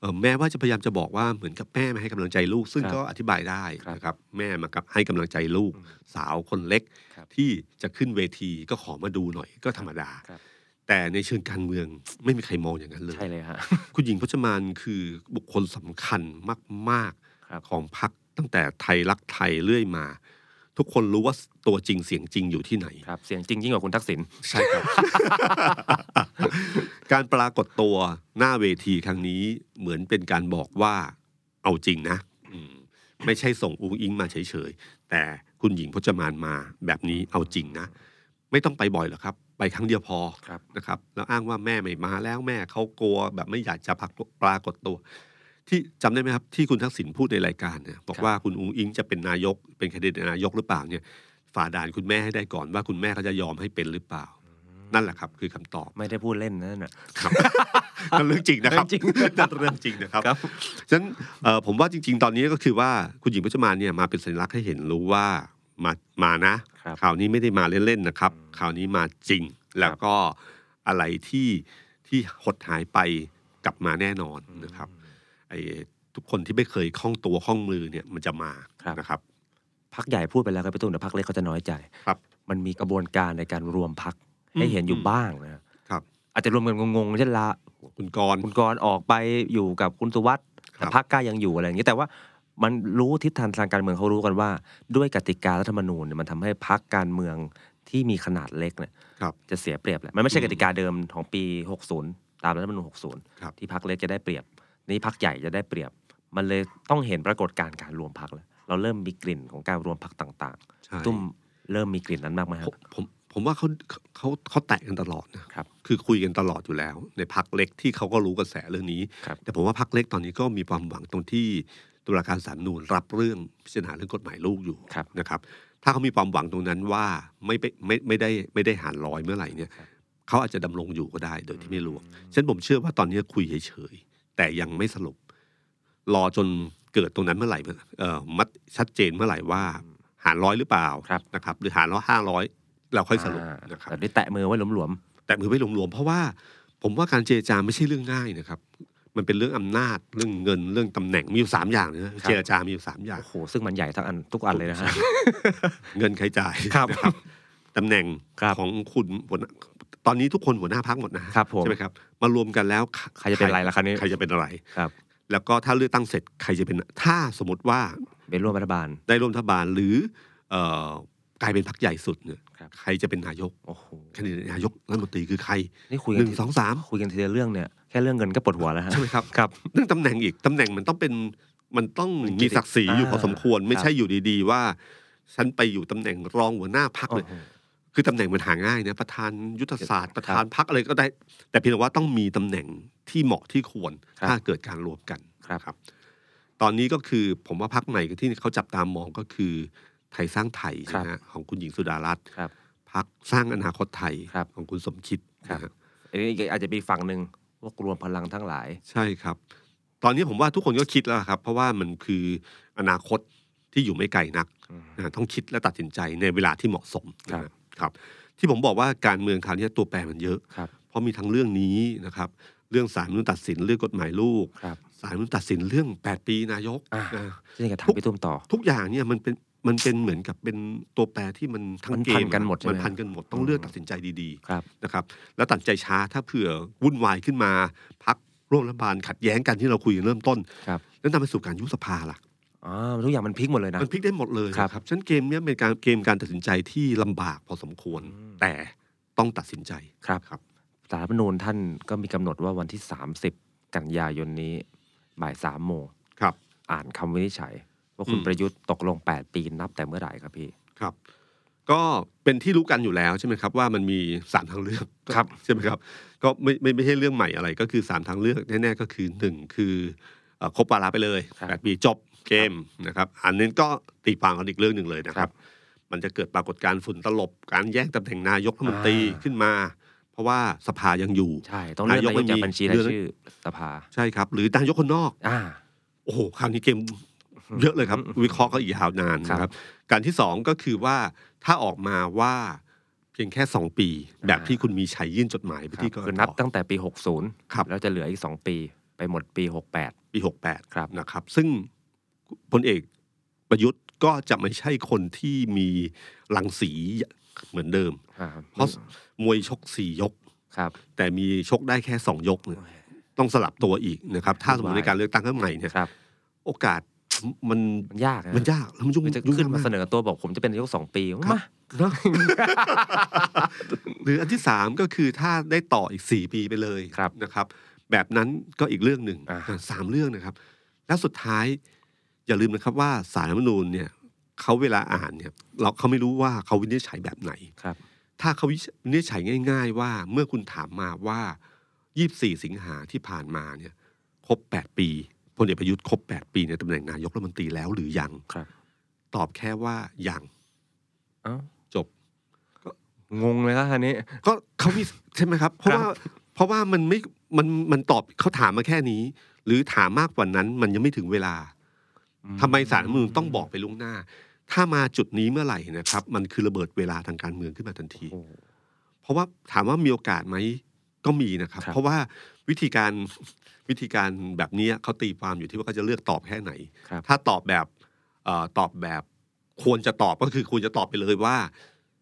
B: เอ่อแม้ว่าจะพยายามจะบอกว่าเหมือนกับแม่มาให้กำลังใจลูก ซึ่ง
C: ครับ
B: ก็อธิบายได้
C: ครับ
B: นะครับ แม่มากับให้กำลังใจลูก สาวคนเล็ก
C: ครับ
B: ที่จะขึ้นเวทีก็ขอมาดูหน่อยก็ธรรมดา
C: ครับ
B: แต่ในเชิงการเมืองไม่มีใครมองอย่างนั้นเลย
C: ใช่เลยฮะ
B: คุณหญิงพจมานคือบุคคลสำคัญมาก
C: ครับ
B: ๆ ของพรรคตั้งแต่ไทยรักไทยเรื่อยมา ทุกคนรู้ว่าตัวจริงเสียงจริงอยู่ที่ไหน
C: ครับเสียงจริงยิ่งกว่าคุณทักษิณ
B: ใช่ครับ [laughs] การปรากฏตัวหน้าเวทีครั้งนี้เหมือนเป็นการบอกว่าเอาจริงนะอืมไม่ใช่ส่งอุ้งอิงมาเฉยๆ แต่คุณหญิงพจมานมาแบบนี้เอาจริงนะ ไม่ต้องไปบ่อยหรอกครับ ไปครั้งเดียวพอ
C: ครับ
B: นะครับแล้วอ้างว่าแม่ไม่มาแล้วแม่เขากลัวแบบไม่อยากจะพักปรากฏตัว ที่จำได้ไหมครับ ที่คุณทักษิณพูดในรายการเนี่ยบอกว่าคุณอุ้งอิงจะเป็นนายกเป็นแคนดิเดตนายกหรือเปล่าเนี่ย ฝ่าด่านคุณแม่ให้ได้ก่อนว่าคุณแม่เขาจะยอมให้เป็นหรือเปล่า นั่นแหละครับ คือคำตอบ
C: ไม่ได้พูดเล่นนะนั่นน่ะ
B: ครับ นั่นเรื่องจริงนะครับ
C: เรื่องจริง
B: [laughs] นั่นเรื่องจริงนะครับฉะนั้นเอ่อผมว่าจริง ๆ ตอนนี้ก็คือว่าคุณหญิงพจมานเนี่ยมาเป็นสัญลักษณ์ให้เห็นรู้ว่า มามานะ
C: ครับ
B: ข่าวนี้ไม่ได้มาเล่นๆนะครับ ข่าวนี้มาจริง แล้วก็อะไรที่ที่หดหายไปกลับมาแน่นอนนะครับไอ้ทุกคนที่ไม่เคยคล่องตัวคล่องมือเนี่ยมันจะมา
C: ครับ
B: นะครับ
C: พักใหญ่พูดไปแล้วครับพี่ตุ้มแต่พักเล็กเขาจะน้อยใจ
B: ครับ
C: มันมีกระบวนการในการรวมพักให้
B: อืม
C: เห็นอยู่
B: อืม
C: บ้างนะครับ
B: ครับ
C: อาจจะรวมกันงงๆเช่นละ
B: คุณกรณ์
C: คุณกรณ์ออกไปอยู่กับคุณสุวัสด์
B: ครั
C: แต่
B: บ
C: พักกล้ายังอยู่อะไรอย่างนี้แต่ว่ามันรู้ทิศทางทางการเมืองเขารู้กันว่า ด้วยกติการัฐธรรมนูญเนี่ยมันทำให้พักการเมืองที่มีขนาดเล็กเนี่ย
B: ครับ
C: จะเสียเปรียบแหละมันไม่ใช่กติกาเดิมของปี 60 ตามรัฐธรรมนูญ
B: ครับ
C: 60 ที่พักเล็กจะได้เปรียบ นี่พักใหญ่จะได้เปรียบ มันเลยต้องเห็นปรากฏการณ์การรวมพักแล้วเราเริ่มมีกลิ่นของการรวมพักต่าง
B: ใช่
C: ๆ ตุ้มเริ่มมีกลิ่นนั้นมากไหม
B: ผ
C: ครับ
B: มผมผมว่าเขาเขาเขาแตะกันตลอดนะครับ คือคุยกันตลอดอยู่แล้ว ในพักเล็กที่เขาก็รู้กระแสเรื่องนี้
C: ครับ
B: แต่ผมว่าพักเล็กตอนนี้ก็มีความหวังตรงที่ตุลาการศาลรฐธรรมนูนรับเรื่องพิจารณาเรื่องกฎหมายลูกอยู่
C: ครับ
B: นะครับถ้าเขามีความหวังตรงนั้นว่าไม่ไปไม่ไม่ได้ไม่ได้หารร้อยเมื่อไหร่เนี่ย
C: ครับ
B: เขาอาจจะดำรงอยู่ก็ได้โดยที่ไม่รู้ฉะนันผมเชื่อว่าตอนนี้คุยเฉยๆแต่ยังไม่สรุป รอจนเกิดตรงนั้นเมื่อไหร่เอ่อมัดชัดเจนเมื่อไหร่ว่าหารร้อยหรือเปล่า
C: ครับ
B: นะครับ หรือหารร้อยห้าร้อยเราค่อยสรุป
C: อ่า
B: นะครับ
C: แต่ได้แตะมือไว้หลวม
B: แต่มือไม่รวมๆเพราะว่าผมว่าการเจรจาไม่ใช่เรื่องง่ายนะครับ มันเป็นเรื่องอำนาจเรื่องเงินเรื่องตำแหน่งมีอยู่สามอย่างนะเจรจามีอยู่สามอ
C: ๆ
B: ย่าง
C: โอ้โหซึ่งมันใหญ่ทั้งอันทุกอันเลยนะฮะ
B: เงินใครจ่าย
C: ครับ
B: นะครับตำแหน่ง
C: ครับ
B: ของคุณหัวหน้าตอนนี้ทุกคนหัวหน้าพักหมดนะครับ
C: ผม
B: ใช่ไหมครับ มารวมกันแล้ว
C: ใครจะเป็นอะไรล่ะคราวนี้
B: ใครจะเป็นอะไร
C: ครับ
B: แล้วก็ถ้าเลือกตั้งเสร็จใครจะเป็นถ้าสมมติว่า
C: เป็นร่วมรัฐบาล
B: ได้ร่วมรัฐบาลหรือเอ่อกลายเป็นพรรคใหญ่สุดเนี่ย
C: ครับ
B: ใครจะเป็นนายก
C: โอ้โห
B: แคนดิเดตนายกรัฐมนตรีคือใคร
C: นี่คุย
B: ห
C: กั
B: นึ่งสองสาม
C: คุยกันทีละเรื่องเนี่ย แค่เรื่องเงินก็ปวดหัวแล้วฮะ
B: ใช่ไหมครับ
C: ครับ
B: เรื่องตำแหน่งอีกตำแหน่งมันต้องเป็นมันต้อง
C: มันเกี
B: มี
C: ยรติ
B: ศักดิ์ศรีอยู่พ
C: อ่า
B: อสมควร ไม่
C: ครับ
B: ใช่อยู่ดีๆ ว่า ฉันไปอยู่ตำแหน่งรองหัวหน้าพัก
C: โอ้
B: เลย
C: โห
B: คือตำแหน่งมันหาง่ายนะประธานยุทธศาสตร์ประธานพักอะไรก็ได้ แต่เพียงแต่ว่าต้องมีตำแหน่งที่เหมาะที่ควร
C: ครับ
B: ถ้าเกิดการรวมกัน
C: ครับ
B: ตอนนี้ก็คือผมว่าพักใหม่ที่เขาจับตามองก็คือ ไทยสร้างไทยนะฮะของคุณหญิงสุดารัตน์
C: ครับ
B: พักสร้างอนาคตไทย
C: ครับ
B: ของคุณสมคิด
C: ครับ
B: นะฮะ
C: อันนี้อาจจะเป็นอีกฝั่งหนึ่งพวกรวมพลังทั้งหลาย
B: ใช่ครับ ตอนนี้ผมว่าทุกคนก็คิดแล้วครับ เพราะว่ามันคืออนาคตที่อยู่ไม่ไกลนัก
C: อืม
B: นะต้องคิดและตัดสินใจในเวลาที่เหมาะสม
C: ครับ
B: นะครับ ที่ผมบอกว่าการเมืองคราวนี้ตัวแปรมันเยอะ
C: ครับ
B: เพราะมีทั้งเรื่องนี้นะครับ เรื่องสารรัฐธรรมนุนตัดสินเรื่องกฎหมายลูก
C: ครับ
B: สารรัฐธรรมนุนตัดสินเรื่อง 8 ปีนายก
C: อ่า
B: นะ
C: ซึ่งจะถา
B: ทุ
C: ม
B: ก
C: พี่ตุ้มต่อ
B: ทุกอย่างเนี่ยมันเป็นมันเป็นเหมือนกับเป็นตัวแปรที่มันทั้ง
C: มัน
B: เก
C: พั
B: ม
C: นกันหมดใช่ไหม
B: มันพันกันหมดต้องเลือกตัดสินใจดีๆ
C: ครับ
B: นะครับแล้วตัดใจช้าถ้าเผื่อวุ่นวายขึ้นมาพักร่วมรัฐบาลขัดแย้งกันที่เราคุยกันเริ่มต้น
C: ครับ
B: แล้วนำไปสู่การยุบสภาล่ะ
C: อ๋อทุกอย่างมันพลิกหมดเลยนะ
B: มันพลิกได้หมดเลย
C: ครับ
B: นะครับฉะนันเกมเนี้ยเป็นการเกมการตัดสินใจที่ลำบากพอสมควร
C: อืม
B: แต่ต้องตัดสินใจ
C: ครับ
B: ครับ
C: สารรัฐธรรมนูญท่านก็มีกำหนดว่าวันที่ 30 กันยายนนี้บ่ายสามโมง
B: ครับ
C: อ่านคำวินิจฉัย ว่าคุณ
B: อืม
C: ประยุทธ์ตกลง 8 ปีนับแต่เมื่อไหร่ครับพี่
B: ครับ ก็เป็นที่รู้กันอยู่แล้วใช่ไหมครับว่ามันมีสามทางเลือก
C: ครับ
B: [laughs] ใช่ไหมครับ ก็ไม่ไม่ไม่ใช่เรื่องใหม่อะไร ก็คือสามทางเลือกแน่ๆก็คือหนึ่งคือเอ่อครบวาระไปเลย
C: ครับ
B: แปดปีจบเกมนะครับ อันนี้ก็ตีความกันอีกเรื่องหนึ่งเลยนะค
C: ครั
B: รับ
C: บ
B: มันจะเกิดปรากฏการณ์ฝุ่นตลบ การแย่งตำแหน่งนายกรัฐมนตรี
C: อ่า
B: ขึ้นมา เพราะว่าสภายังอยู่
C: ใช่ต้องเลื่อน
B: า
C: นาน
B: ยก
C: ยกจาก
B: ไม่มี
C: บัญชีราย
B: เลื่อน
C: ชื่อสภา
B: ใช่ครับ หรือนายกคนนอก
C: อ่า
B: โอ้โหคราวนี้เกมเยอะเลยครับ วิเคราะห์ก็อีกยาวนานนะค
C: ครั
B: รับ
C: บ
B: การที่สองก็คือว่าถ้าออกมาว่าเพียงแค่สองปี แบบ
C: อ่า
B: ที่คุณมีชัยยื่นจดหมายไปที่กร
C: คือ
B: ต
C: นับตั้งแต่ปี
B: ครับ
C: 60 แล้วจะเหลืออีก 2 ปีไปหมดปี 68
B: ปีหกแปด
C: ครับ
B: นะครับ ซึ่งพลเอกประยุทธ์ก็จะไม่ใช่คนที่มีรังสีเหมือนเดิม
C: อ่า
B: เพราะมวยชกสี่ยก
C: ครับ
B: แต่มีชกได้แค่สองยกเนี่ยต้องสลับตัวอีกนะครับ ถ้าสมมติในการเลือกตั้งครั้งใหม่เนี่ย
C: ครับ
B: โอกาสมัน
C: มันยากะ
B: มันยากแล้วมันยุ่ง
C: มันจะ
B: ยุ่ง
C: ขึ้น
B: ยก
C: มา
B: มา
C: เส
B: ก
C: นอตัวบอกผมจะเป็นนายกสองปี
B: ครับ
C: มา
B: เนอะ หรืออันที่สามก็คือถ้าได้ต่ออีกสี่ปีไปเลย
C: ครับ
B: นะครับ แบบนั้นก็อีกเรื่องหนึ่ง
C: อ่า
B: สามเรื่องนะครับ แล้วสุดท้ายอย่าลืมนะครับว่าสารรัฐธรรมนูญเนี่ยเขาเวลาอ่านเนี่ยเราเขาไม่รู้ว่าเขาวินิจฉัยแบบไหน
C: ครับ
B: ถ้าเขาวินิจฉัยง่าย ๆ ว่าเมื่อคุณถามมาว่า 24 สิงหาที่ผ่านมาเนี่ยครบ 8 ปีพลเอกประยุทธ์ครบ 8 ปีในตำแหน่งนายกรัฐมนตรีแล้วหรือยัง
C: ครับ
B: ตอบแค่ว่ายัง
C: เอ้า
B: จบ
C: งงเลยครับอันนี้
B: ก็เขามีใช่ไหมครับ เพราะ
C: ครับ
B: ว่าเพราะว่ามันไม่มันมันตอบเขาถามมาแค่นี้ หรือถามมากกว่านั้นมันยังไม่ถึงเวลาทำไมสารรัฐธรรมนูญต้องบอกไปล่วงหน้า ถ้ามาจุดนี้เมื่อไหร่นะครับ มันคือระเบิดเวลาทางการเมืองขึ้นมาทันที
C: โอ้
B: เพราะว่าถามว่ามีโอกาสไหมก็มีนะครับ
C: ครับ
B: เพราะว่าวิธีการ วิธีการแบบนี้เขาตีความอยู่ที่ว่าเขาจะเลือกตอบแค่ไหน
C: ครับ
B: ถ้าตอบแบบเออตอบแบบควรจะตอบก็คือควรจะตอบไปเลยว่า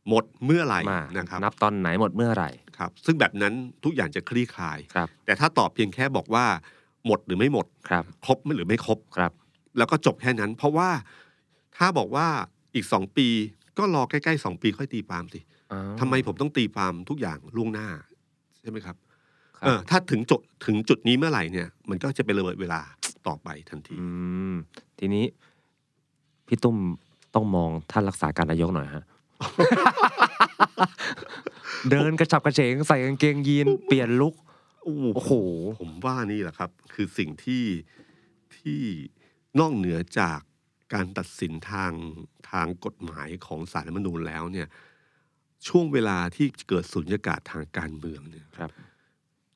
B: หมดเมื่อไหร่
C: มา
B: นะครับ
C: นับตอนไหนหมดเมื่อไหร่
B: ครับ ซึ่งแบบนั้นทุกอย่างจะคลี่คลาย
C: ครับ
B: แต่ถ้าตอบเพียงแค่บอกว่า หมดหรือไม่หมด
C: ครับ
B: ครบหรือไม่ครบ
C: ครับ
B: แล้วก็จบแค่นั้น เพราะว่าถ้าบอกว่าอีกสองปีก็รอใกล้ๆสองปีค่อยตีความสิ ทำไมผมต้องตีความทุกอย่างล่วงหน้า ใช่ไหมครับ
C: ครับ
B: เออถ้าถึงจุดถึงจุดนี้เมื่อไหร่เนี่ย มันก็จะเป็นระเบิดเวลาต่อไปทันที
C: อืมทีนี้ พี่ตุ้มต้องมองท่านรักษาการนายกหน่อยฮะ เดินกระฉับกระเฉงใส่กางเกงยีน เปลี่ยนลุก โอ้โห
B: ผมว่านี่แหละครับ คือสิ่งที่ที่นอกเหนือจากการตัดสินทางทางกฎหมายของสารรัฐธรรมนูญแล้วเนี่ย ช่วงเวลาที่เกิดสุญญากาศทางการเมืองเนี่ย
C: ครับ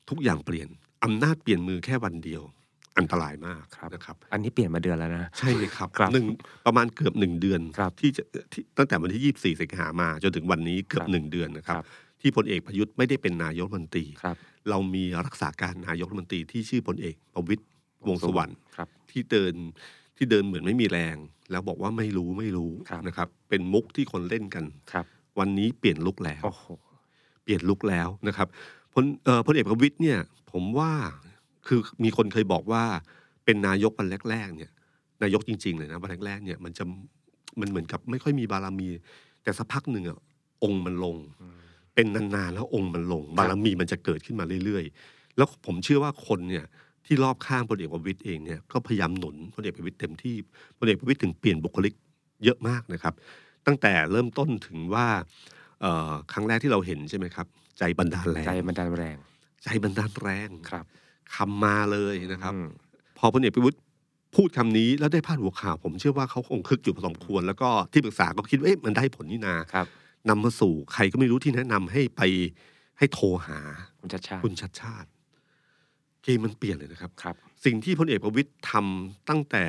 B: ทุกอย่างเปลี่ยนอำนาจเปลี่ยนมือแค่วันเดียว อันตรายมาก
C: ครับ
B: นะครับ
C: อันนี้เปลี่ยนมาเดือนแล้วนะ
B: ใช่เลยครับ
C: ครับ
B: หนึ่งประมาณเกือบหนึ่งเดือน
C: ครับ
B: ที่จะที่ตั้งแต่วันที่ยี่สี่สิงหามาจนถึงวันนี้เกือ
C: ค
B: บ
C: รับ
B: หนึ่งเดือนนะครับ
C: ครับ
B: ที่พลเอกประยุทธ์ไม่ได้เป็นนายกรัฐมนตรี
C: ครับ
B: เรามีรักษาการนายกรัฐมนตรีที่ชื่อพลเอกประวิตยวงษ์สวรรค์
C: ครับ
B: ที่เดินที่เดินเหมือนไม่มีแรง แล้วบอกว่าไม่รู้ไม่รู้
C: ครับ
B: นะครับ เป็นมุกที่คนเล่นกัน
C: ครับ
B: วันนี้เปลี่ยนลุกแล้ว
C: โอ้โห
B: เปลี่ยนลุกแล้วนะครับพลเอ่อพลเอกประวิตยเนี่ย ผมว่าคือมีคนเคยบอกว่าเป็นนายกวันแรก ๆ เนี่ย นายกจริง ๆ เลยนะวันแรกๆเนี่ยมันจะมันเหมือนกับไม่ค่อยมีบารมี แต่สักพักหนึ่งอะองค์มันลง เป็นนานๆแล้วองค์มันลง บารมีมันจะเกิดขึ้นมาเรื่อยๆ แล้วผมเชื่อว่าคนเนี่ยที่รอบข้างพลเอกประวิตยเองเนี่ยก็พยายามหนุนพลเอกประวิตยเต็มที่พลเอกประวิตยถึงเปลี่ยนบุคลิกเยอะมากนะครับ ตั้งแต่เริ่มต้นถึงว่าเอ่อครั้งแรกที่เราเห็นใช่ไหมครับ ใจบันดาลแรง
C: ใจมันดันแรง
B: ใจบันดาลแรง
C: ครับ
B: คำมาเลยนะครับ
C: อืม
B: พอพลเอกประวิตยพูดคำนี้แล้วได้พาดหัวข่าว ผมเชื่อว่าเขาคงคึกอยู่พอสมควร แล้วก็ที่ปรึกษาก็คิดว่าเอ๊ะมันได้ผลนี่นา
C: ครับ
B: นำมาสู่ใครก็ไม่รู้ที่แนะนำให้ไปให้โทรหา
C: คุณชัดชาติ
B: คุณชัดชาติ เกมมันเปลี่ยนเลยนะครับ
C: ครับ
B: สิ่งที่พลเอกประวิตยทำตั้งแต่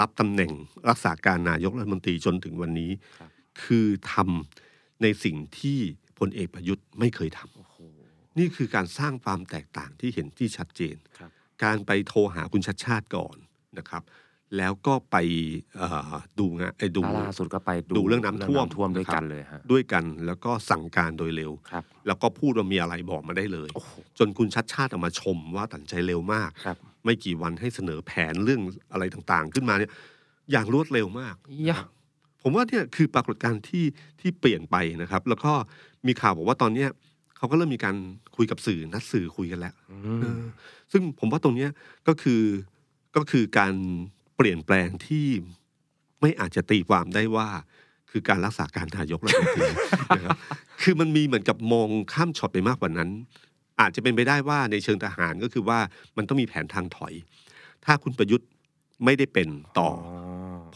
B: รับตำแหน่งรักษาการนายกรัฐมนตรีจนถึงวันนี้
C: ครับ
B: คือทำในสิ่งที่พลเอกประยุทธ์ไม่เคยทำ
C: โอ้โห
B: นี่คือการสร้างความแตกต่างที่เห็นที่ชัดเจน
C: ครับ
B: การไปโทรหาคุณชัดชาติก่อนนะครับ แล้วก็ไปเอ่อดูงานไอ้ยดู
C: ล่าสุดก็ไป
B: ดูเรื่องน้ำท่วม
C: เรื่องน้ำท่วมด้วย
B: นะครับ
C: กันเลยฮะ
B: ด้วยกันแล้วก็สั่งการโดยเร็ว
C: ครับ
B: แล้วก็พูดว่ามีอะไรบอกมาได้เลย
C: โอ้โห
B: จนคุณชัดชาติออกมาชมว่าตัดสินใจเร็วมาก
C: ครับ
B: ไม่กี่วันให้เสนอแผนเรื่องอะไรต่างๆ ขึ้นมาเนี่ยอย่างรวดเร็วมาก
C: ยะ
B: ผมว่าเนี่ยคือปรากฏการณ์ที่ที่เปลี่ยนไปนะครับ แล้วก็มีข่าวบอกว่าตอนเนี้ยเขาก็เริ่มมีการคุยกับสื่อนัดสื่อคุยกันแล้ว
C: อื
B: เอ
C: ม
B: อซึ่งผมว่าตรงเนี้ยก็คือก็คือการเปลี่ยนแปลงที่ไม่อาจจะตีความได้ว่า คือการรักษาการนายกรัฐมนตรี [laughs] นะครับคือมันมีเหมือนกับมองข้ามช็อตไปมากกว่านั้น อาจจะเป็นไปได้ว่าในเชิงทหารก็คือว่ามันต้องมีแผนทางถอย ถ้าคุณประยุทธ์ไม่ได้เป็นต่ออ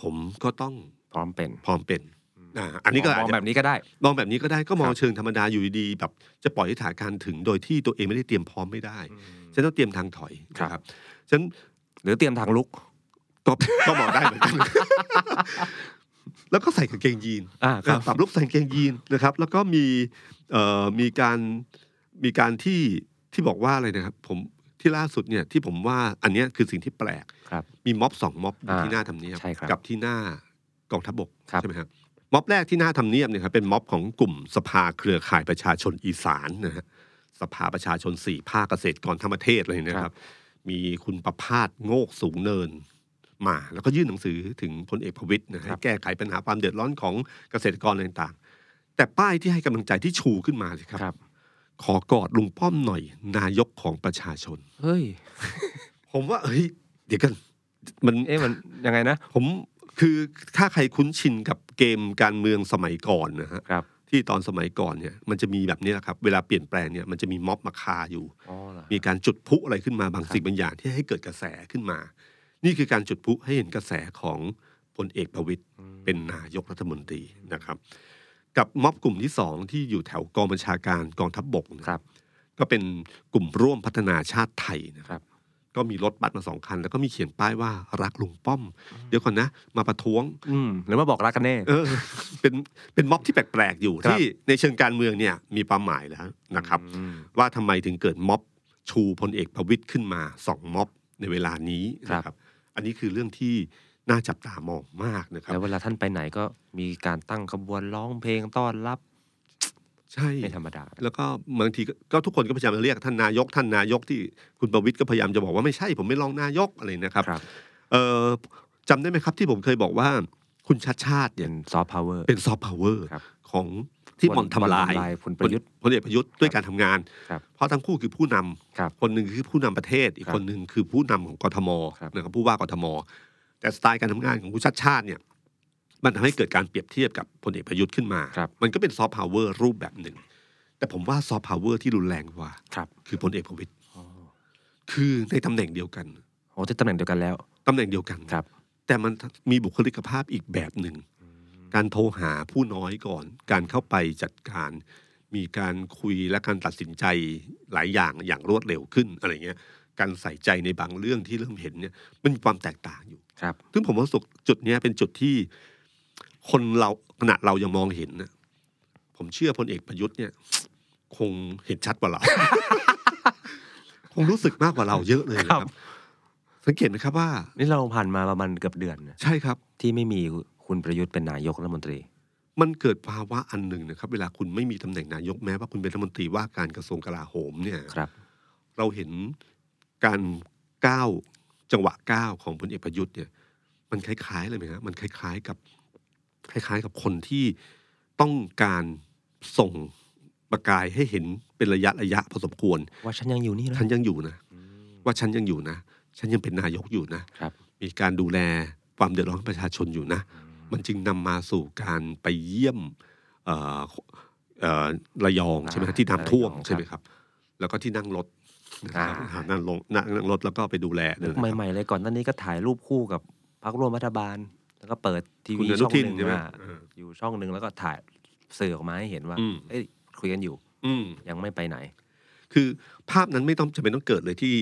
B: ผมก็ต้อง
C: พร้อมเป็น
B: พร้อมเป็นอ่าอันนี้ก็
C: ม
B: อาจ
C: อง
B: จะ
C: แบบนี้ก็ได้
B: มองแบบนี้ก็ได้ก็มอง
C: ครับ
B: เชิงธรรมดาอยู่ดีๆแบบจะปล่อยให้สถานการณ์ถึงโดยที่ตัวเองไม่ได้เตรียมพร้อมไม่ได้ฉันต้องเตรียมทางถอย
C: ครับ
B: นะครับฉัน
C: หรือเตรียมทางลุก
B: ก็ ก็มองได้เหมือนกัน [laughs] แล้วก็ใส่กางเกงยีน
C: อ่าครับ
B: ปรับรูปใส่กางเกงยีนนะครับ แล้วก็มีเอ่อมีการมีการที่ที่บอกว่าอะไรนะครับ ผมที่ล่าสุดเนี่ยที่ผมว่าอันเนี้ยคือสิ่งที่แปลก
C: ครับ
B: มีม็อบสองม็อบอยู่
C: อ่า
B: ที่หน้าทำเนียบ
C: ใช่ครับ
B: กับที่หน้ากองทัพบก
C: ครับ
B: ใช่ไหมครับม็อบแรกที่หน้าทำเนียบเนี่ยครับเป็นม็อบของกลุ่มสภาเครือข่ายประชาชนอีสานนะฮะสภาประชาชนสี่ภาคเกษตรกรทั้งประเทศเลยนะครับ มีคุณประพาสโงกสูงเนินมา แล้วก็ยื่นหนังสือถึงพลเอกประวิตยนะฮะให้แก้ไขปัญหาความเดือดร้อนของเกษตรกรอะไรต่างๆ แต่ป้ายที่ให้กำลังใจที่ชูขึ้นมาสิครับ
C: ครับ
B: ขอกอดลุงป้อมหน่อย นายกของประชาชน
C: เฮ้ย
B: ผมว่าเฮ้ยเดี๋ยวกันมัน
C: เอ๊ะมันยังไงนะ
B: ผมคือถ้าใครคุ้นชินกับเกมการเมืองสมัยก่อนนะฮะ
C: ครับ
B: ที่ตอนสมัยก่อนเนี่ยมันจะมีแบบนี้แหละครับ เวลาเปลี่ยนแปลงเนี่ยมันจะมีม็อบมาคาอยู่
C: อ๋อเหรอ
B: มีการจุดพลุอะไรขึ้นมาบางสิ่งบางอย่างที่ให้เกิดกระแสขึ้นมา นี่คือการจุดพลุให้เห็นกระแสของพลเอกประวิตยเป็นนายกรัฐมนตรีนะครับ กับม็อบกลุ่มที่สองที่อยู่แถวกองบัญชาการกองทัพบกนะ
C: ครับ
B: ก็เป็นกลุ่มร่วมพัฒนาชาติไทยนะ
C: ค
B: ค
C: รั
B: รับ บ ก็มีรถบัสมาสองคัน แล้วก็มีเขียนป้ายว่ารักลุงป้อม เดี๋ยวก่อนนะ มาประท้วง [laughs]
C: อืมหรือว่าบอกรักกันแน่
B: เออเป็นเป็นม็อบที่แปลกๆอยู่
C: ครับ
B: ที่ในเชิงการเมืองเนี่ยมีความหมายแล้วนะครับ
C: อืม
B: ว่าทำไมถึงเกิดม็อบชูพลเอกประวิตยขึ้นมาสองม็อบในเวลานี้
C: ครับ
B: นะครับ อันนี้คือเรื่องที่น่าจับตามองมากนะครับ
C: แล้วเวลาท่านไปไหนก็มีการตั้งขบวนร้องเพลงต้อนรับ
B: ใช่
C: ไม่ธรรมดา
B: แล้วก็บางทีก็ก็ทุกคนก็พยายามจะเรียกท่านนายกท่านนายกที่คุณประวิตยก็พยายามจะบอกว่าไม่ใช่ผมไม่รองนายกอะไรนะครับ
C: ครับ
B: เอ่อจำได้ไหมครับที่ผมเคยบอกว่าคุณชัดชาติเนี่
C: เป็
B: ย
C: นซอฟต์พาวเวอร์
B: เป็นซอฟต์พาวเวอร์
C: ครับ
B: ของที่บ่อนทำลาย
C: บ่อนทำลายพลประยุทธ์
B: พลเอกประยุทธ์ด้วยการทำงาน
C: ครับ
B: เพราะทั้งคู่คือผู้นำ
C: ครับ
B: คนหนึ่งคือผู้นำประเทศ อีก
C: ครับ
B: คนหนึ่งคือผู้นำของกทม
C: ครับ
B: นะครับผู้ว่ากทม แต่สไตล์การทำงานของคุณชัดชาติเนี่ยมันทำให้เกิดการเปรียบเทียบกับพลเอกประยุทธ์ขึ้นมา
C: ครับ
B: มันก็เป็นซอฟต์พาวเวอร์รูปแบบหนึ่ง แต่ผมว่าซอฟต์พาวเวอร์ที่รุนแรงกว่า
C: ครับ
B: คือพลเอกประวิตยคือในตำแหน่งเดียวกัน
C: โอ้ที่ตำแหน่งเดียวกันแล้ว
B: ตำแหน่งเดียวกัน
C: ครับ
B: แต่มันมีบุคลิกภาพอีกแบบหนึ่ง การโทรหาผู้น้อยก่อน การเข้าไปจัดการ มีการคุยและการตัดสินใจหลายอย่างอย่างรวดเร็วขึ้นอะไรเงี้ย การใส่ใจในบางเรื่องที่เริ่มเห็นเนี่ยมันมีความแตกต่างอยู่
C: ครับ
B: ซึ่งผมว่าสุจุดเนี้ยเป็นจุดที่คนเราขนาดเรายังมองเห็นนะผมเชื่อพลเอกประยุทธ์เนี่ย คงเห็นชัดกว่าเรา
C: [laughs]
B: คงรู้สึกมากกว่าเราเยอะเลยนะค
C: ครั
B: รับ บ สังเกตไหมครับว่า
C: นี่เราผ่านมาประมาณเกือบเดือนนะ
B: ใช่ครับ
C: ที่ไม่มีคุณประยุทธ์เป็นนายกรัฐมนตรี
B: มันเกิดภาวะอันหนึ่งนะครับ เวลาคุณไม่มีตำแหน่งนายกแม้ว่าคุณเป็นรัฐมนตรีว่าการกระทรวงกลาโหมเนี่ย
C: ครับ
B: เราเห็นการก้าวจังหวะก้าวของพลเอกประยุทธ์เนี่ย มันคล้ายๆเลยไหมฮะมันคล้ายๆกับ คล้ายๆ กับคนที่ต้องการส่งประกายให้เห็นเป็นระยะระยะพอสมควร
C: ว่าฉันยังอยู่นี่นะ
B: ฉันยังอยู่นะ ว่าฉันยังอยู่นะ ฉันยังเป็นนายกอยู่นะครับ มีการดูแลความเดือดร้อนของประชาชนอยู่นะ มันจึงนำมาสู่การไปเยี่ยมเอ่อเอ่อระยองใช่ไหมฮะ
C: อ่า
B: ที่น้ำท่วม
C: ระยอง
B: ใช่ไหมครับ แล้วก็ที่นั่งรถนะครับ
C: อ่า
B: อ่านั่งลงนั่งนั่งรถแล้วก็ไปดูแลเนี่ยนะครับ
C: ใหม่ๆเลยก่อนหน้านี้ก็ถ่ายรูปคู่กับพรรคร่วมรัฐบาล แล้วก็เปิดที
B: คุ
C: วี
B: ณอนุ
C: ช่อง
B: ทิ
C: ห
B: น
C: นึ่ง
B: ใช่ไหม
C: อ่ะ
B: เออ
C: อยู่ช่องหนึ่งแล้วก็ถ่ายสื่อออกมาให้เห็นว่า
B: อืม
C: เอ้ยคุยกันอยู่
B: อืม
C: ยังไม่ไปไหน
B: คือภาพนั้นไม่ต้องจะเป็นต้องเกิดเลยที่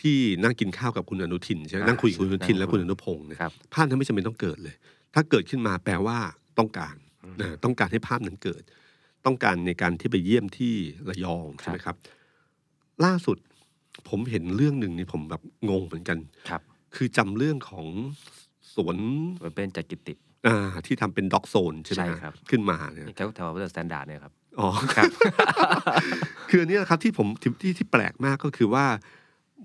B: ที่นั่งกินข้าวกับคุณอนุทินใช่ไหม
C: อ่า
B: นั่งคุยกับคุณอนุทินและ
C: นั่งคุ
B: คุ
C: ย
B: ณอนุพงศ์เนย
C: ครับ
B: ภาพนั้นไม่จำเป็นต้องเกิดเลย ถ้าเกิดขึ้นมาแปลว่าต้องการ
C: อืม
B: นะต้องการให้ภาพนั้นเกิด ต้องการในการที่ไปเยี่ยมที่ระยองใช่ไหมครับ ล่าสุดผมเห็นเรื่องหนึ่งนี่ผมแบบงงเหมือนกัน
C: ครับ
B: คือจำเรื่องของสวน
C: โดยเป็นจากกิติ
B: อ่าที่ทำเป็นด็อกโซนใช่ไหม
C: ใช่
B: ฮะ
C: ครับ
B: ขึ้นมาเนี่ย
C: แถวแถวเดอะสแตนดาร์ดเนี่ยครับ
B: อ๋อ
C: ครับ
B: [laughs] คืออันเนี้ยครับที่ผมที่ที่ที่แปลกมากก็คือว่า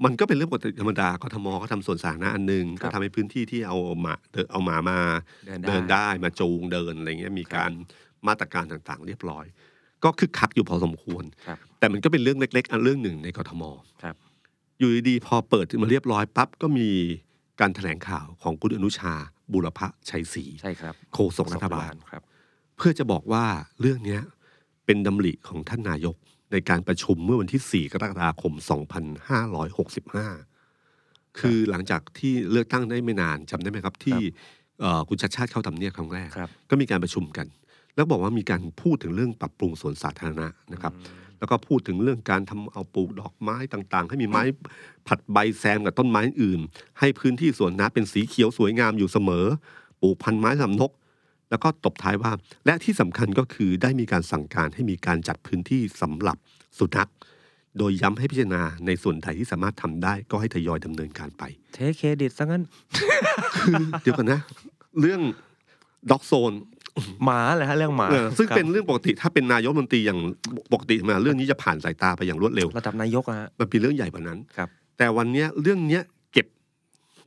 B: มันก็เป็นเรื่องปกติธรรมดากทมก็ทำสวนสาธารณะอันหนึง
C: ครั
B: ก็
C: บ
B: ทำให้พื้นที่ที่เอาหมาเดินเอาหมามา
C: เดิน
B: เดิน
C: ได้
B: ได้มาจูงเดินอะไรเงี้ยมี
C: ครับ
B: การมาตรการต่างๆ เรียบร้อย ก็คึกคักอยู่พอสมควร
C: ครับ
B: แต่มันก็เป็นเรื่องเล็ก ๆ อันเรื่องหนึ่งในกทม
C: ครับ
B: อยู่ดีๆพอเปิดมาเรียบร้อยปั๊บก็มีการแถลงข่าวของคุณอนุชาบุรพชัยศรี
C: ใช่ครับ
B: โฆษกรัฐบาล
C: ครับ
B: เพื่อจะบอกว่าเรื่องเนี้ยเป็นดำริของท่านนายกในการประชุมเมื่อวันที่ 4 กรกฎาคม 2565 คือหลังจากที่เลือกตั้งได้ไม่นานจำได้ไหมครับ ที่เอ่อคุณชัดชาติเข้าทำเนียบครั้งแรก
C: ครับ
B: ก็มีการประชุมกัน แล้วบอกว่ามีการพูดถึงเรื่องปรับปรุงสวนสาธารณะนะครับ แล้วก็พูดถึงเรื่องการทำเอาปลูกดอกไม้ต่าง ๆ ให้มีไม้ผลัดใบแซมกับต้นไม้อื่น ให้พื้นที่สวนน้ำเป็นสีเขียวสวยงามอยู่เสมอ ปลูกพันธุ์ไม้ลำนก แล้วก็ตบท้ายว่า และที่สำคัญก็คือได้มีการสั่งการให้มีการจัดพื้นที่สำหรับสุนัข โดยย้ำให้พิจารณาในส่วนใดที่สามารถทำได้ก็ให้ทยอยดำเนินการไป [laughs]
C: เทคเครดิตซะงั้น
B: เดี๋ยวกันนะ เรื่องด็อกโซน
C: หมาเหรอฮะเรื่องหมา
B: เออซึ่ง
C: ครับ
B: เป็นเรื่องปกติถ้าเป็นนายกรัฐมนตรีอย่างปกติมาเรื่องนี้จะผ่านสายตาไปอย่างรวดเร็ว
C: ระดับนายกอะฮะ
B: มันเป็นเรื่องใหญ่กว่านั้น
C: ครับ
B: แต่วันเนี้ยเรื่องเนี้ยเก็บ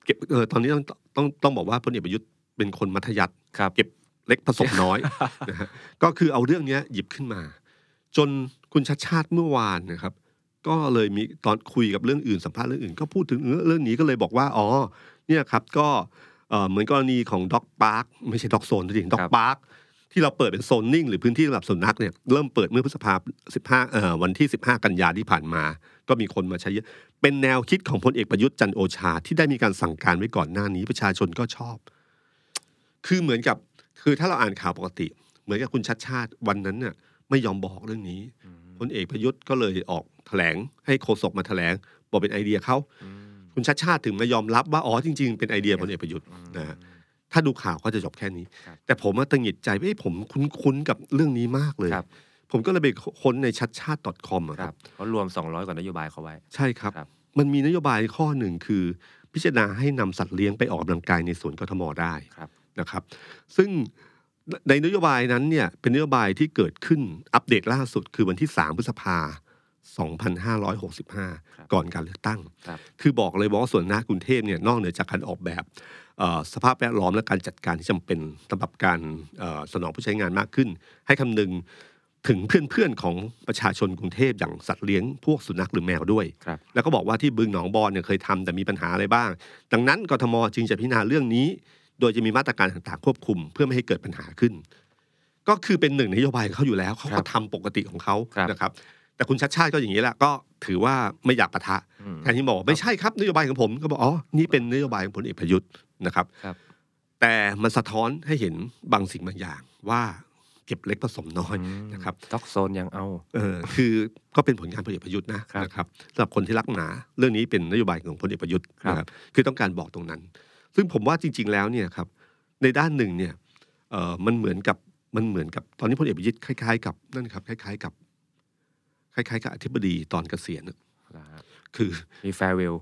B: เก็บเออตอนนี้ต้องต้องต้องบอกว่าพลเอกประยุทธ์เป็นคนมัธยัติ
C: ครับ
B: เก็บเล็กผสมน้อย [laughs] นะฮะก็คือเอาเรื่องเนี้ยหยิบขึ้นมา จนคุณชัดชาติเมื่อวานนะครับ ก็เลยมีตอนคุยกับเรื่องอื่นสัมภาษณ์เรื่องอื่น ก็พูดถึงเรื่องนี้ก็เลยบอกว่า อ๋อ เนี่ยครับก็เอ่อเหมือนกรณีของด็อกพาร์คไม่ใช่ด็อกโซนจริงด็อ
C: ครั
B: ก
C: บ
B: พาร์คที่เราเปิดเป็นโซนนิ่ง หรือพื้นที่สำหรับสุนัขเนี่ยเริ่มเปิดเมื่อพฤษภาสิบห้าเอ่อวันที่ 15 กันยาที่ผ่านมา ก็มีคนมาใช้เยอะเป็นแนวคิดของพลเอกประยุทธ์จันทร์โอชา ที่ได้มีการสั่งการไว้ก่อนหน้านี้ประชาชนก็ชอบ คือเหมือนกับคือถ้าเราอ่านข่าวปกติ เหมือนกับคุณชัดชาติวันนั้นน่ะไม่ยอมบอกเรื่องนี้พลเอกประยุทธ์ก็เลยออกแถลง ให้โฆษกมาแถลง บอกเป็นไอเดียเขา
C: อืม
B: คุณชัดชาติถึงมายอมรับว่าอ๋อจริง ๆ เป็นไอเดียพลเอกประยุทธ์นะฮะถ้าดูข่าวก็จะจบแค่นี้
C: ครับ
B: แต่ผมว่าตังหงิดใจว่าเอ้ยผมคุ้นๆกับเรื่องนี้มากเลย
C: ครับ
B: ผมก็เลยไปค้นในชัดชาติ .com อะ
C: ค
B: ค
C: รั
B: รั
C: บบ เขารวม 200 กว่านโยบายเขาไว้
B: ใช่ครับ
C: ครับ
B: มันมีนโยบายข้อหนึ่งคือ พิจารณาให้นำสัตว์เลี้ยงไปออกกำลังกายในสวนกทมได้
C: ครับ
B: นะครับซึ่งในนโยบายนั้นเนี่ยเป็นนโยบายที่เกิดขึ้นอัปเดตล่าสุดคือวันที่ 3 พฤษภา
C: ครับ
B: 2565 ก่อนการเลือกตั้ง
C: ครับ
B: คือบอกเลยว่าสวนหน้ากรุงเทพเนี่ยนอกเหนือจากการออกแบบเอ่อสภาพแวดล้อมและการจัดการที่จำเป็นสำหรับการเอ่อสนองผู้ใช้งานมากขึ้น ให้คำนึงถึงเพื่อนๆของประชาชนกรุงเทพอย่างสัตว์เลี้ยงพวกสุนัขหรือแมวด้วย
C: ครับ
B: แล้วก็บอกว่าที่บึงหนองบอนเนี่ยเคยทำแต่มีปัญหาอะไรบ้าง ดังนั้นกทมจึงจะพิจารณาเรื่องนี้ โดยจะมีมาตรการต่างๆควบคุม เพื่อไม่ให้เกิดปัญหาขึ้น ก็คือเป็นหนึ่งในนโยบายของเขาอยู่แล้วเขา
C: ครั
B: ก็
C: บ
B: ทำปกติของเขา
C: ครับ
B: นะครับ แต่คุณชัดชาติก็อย่างนี้แหละก็ถือว่าไม่อยากปะทะ
C: อืม
B: แทนที่บอกว่าไม่ใช่ครับนโยบายของผมก็บอกอ๋อนี่เป็นนโยบายของพลเอกประยุทธ์นะครับ
C: ครับ
B: แต่มันสะท้อนให้เห็นบางสิ่งบางอย่างว่าเก็บเล็กผสมน้อยนะครับ
C: ด็อกโซนยังเอา
B: เออคือก็เป็นผลงานพลเอกประยุทธ์นะครับ นะครับสำหรับคนที่รักหมาเรื่องนี้เป็นนโยบายของพลเอกประยุทธ์
C: ครับ
B: นะครับคือต้องการบอกตรงนั้น ซึ่งผมว่าจริง ๆ แล้วเนี่ยครับในด้านหนึ่งเนี่ยเออมันเหมือนกับมันเหมือนกับตอนนี้พลเอกประยุทธ์คล้ายๆกับนั่นครับคล้ายๆกับคล้ายๆกับอธิบดีตอนเกษียณน่ะคือ [laughs]
C: มีแฟร์เวล